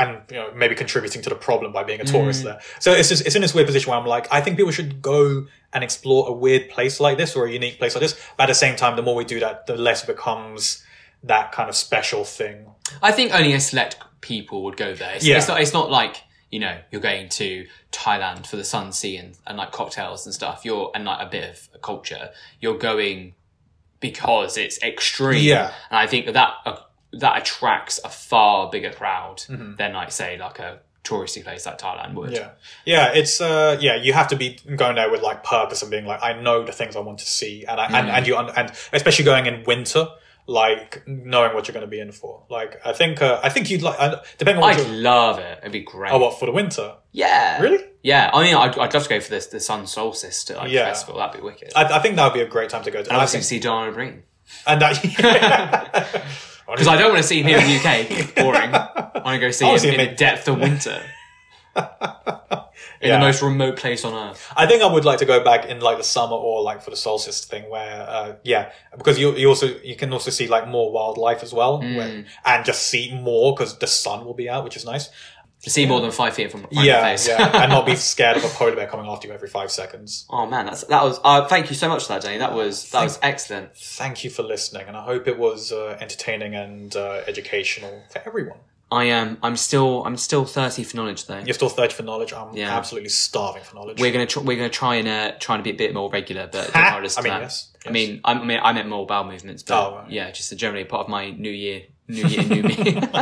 B: and [LAUGHS] you know maybe contributing to the problem by being a tourist there. So it's just it's in this weird position where I'm like, I think people should go and explore a weird place like this or a unique place like this. But at the same time, the more we do that, the less it becomes that kind of special thing.
A: I think only a select people would go there. It's,
B: Yeah.
A: it's not. It's not like you know you're going to Thailand for the sun sea and, and like cocktails and stuff. You're and like a bit of culture. You're going because it's extreme.
B: Yeah.
A: and I think that uh, that attracts a far bigger crowd than like say like a touristy place like Thailand would.
B: Mm-hmm. Yeah, yeah, it's uh, yeah, you have to be going there with like purpose and being like, I know the things I want to see, and I, and, and you un- and especially going in winter. Like knowing what you're going to be in for. Like I think uh, I think you'd like uh, depending on what
A: I'd
B: you're,
A: love it. It'd be great.
B: oh, what for the winter.
A: yeah.
B: Really?
A: Yeah. I mean, I'd, I'd love to go for this the sun solstice to, like,
B: Yeah.
A: festival. That'd be wicked.
B: I, I think that would be a great time to go to.
A: and
B: I
A: obviously
B: think,
A: see Donna Green.
B: and [LAUGHS] that,
A: Because I don't want to see him here in the UK.
B: [LAUGHS]
A: Boring. I want to go see
B: wanna
A: him
B: see him
A: in
B: in-
A: the depth of winter. In
B: Yeah.
A: the most remote place on earth.
B: I think I would like to go back in like the summer or like for the solstice thing, where uh, yeah, because you you also you can also see like more wildlife as well,
A: Hmm.
B: where- and just see more because the sun will be out, which is nice.
A: To see more than five feet from from
B: yeah,
A: your face.
B: yeah, and not be scared of a polar bear coming after you every five seconds.
A: [LAUGHS] oh man, that's that was. Uh, thank you so much for that, Danny. That was that was excellent.
B: Thank you for listening, and I hope it was uh, entertaining and uh, educational for everyone.
A: I am. I'm still. I'm still thirsty for knowledge, though.
B: You're still thirsty for knowledge. I'm
A: Yeah.
B: absolutely starving for knowledge.
A: We're gonna. Tr- we're gonna try and uh, try and be a bit more regular, but don't
B: Ha!
A: hold us
B: [LAUGHS] I
A: to
B: mean,
A: that.
B: yes,
A: I mean, I I mean, I meant more bowel movements, but
B: Oh, right.
A: yeah, just a generally part of my new year, new year, new me. [LAUGHS]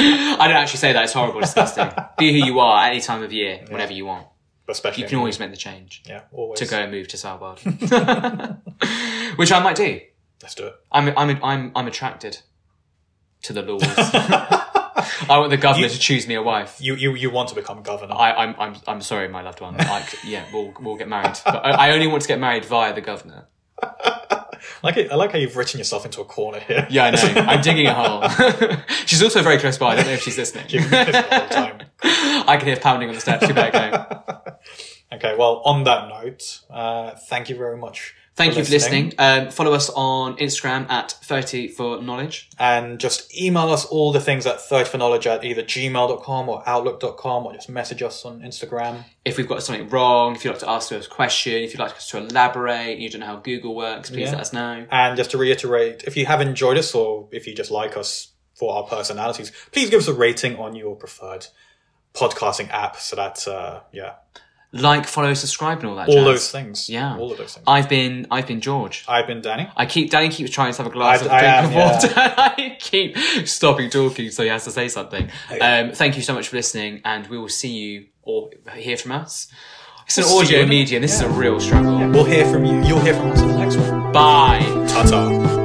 A: I don't actually say that; it's horrible, disgusting. Be who you are at any time of year, whenever you want.
B: especially
A: You can always make the change
B: yeah, always
A: to go and move to South World, [LAUGHS] which I might do.
B: Let's do it.
A: I'm I'm I'm I'm attracted to the
B: [LAUGHS]
A: laws. I want the governor to choose me a wife.
B: You you you want to become governor?
A: I, I'm I'm I'm sorry, my loved one. Like, yeah, we'll we'll get married, but I, I only want to get married via the governor.
B: like it, I like how you've written yourself into a corner here.
A: Yeah,
B: [LAUGHS]
A: I know. I'm digging a hole. [LAUGHS] she's also very close by. I don't know if she's listening.
B: You've been pissed the whole time.
A: I can hear pounding on the steps. You better
B: [LAUGHS]
A: go.
B: Okay, well, on that note, uh, thank you very much.
A: Thank you for listening. Um, follow us on Instagram at 30 for knowledge.
B: And just email us all the things at third for knowledge at either gmail.com or outlook.com or just message us on Instagram.
A: If we've got something wrong, if you'd like to ask us a question, if you'd like us to elaborate, you don't know how Google works, please
B: Yeah.
A: let us know.
B: And just to reiterate, if you have enjoyed us or if you just like us for our personalities, please give us a rating on your preferred podcasting app so that, uh, yeah,
A: Like, follow, subscribe, and all that.
B: all
A: jazz.
B: those things.
A: Yeah.
B: All of those things.
A: I've been I've been George.
B: I've been Danny.
A: I keep Danny keeps trying to have a glass
B: I-
A: of
B: I
A: drink
B: am,
A: of water. [LAUGHS] I keep stopping talking, so he has to say something. Um, thank you so much for listening, and we will see you or hear from us. It's an
B: We'll see
A: audio
B: you.
A: medium. This is a real struggle.
B: We'll hear from you. You'll hear from us in the next one.
A: Bye.
B: Ta ta.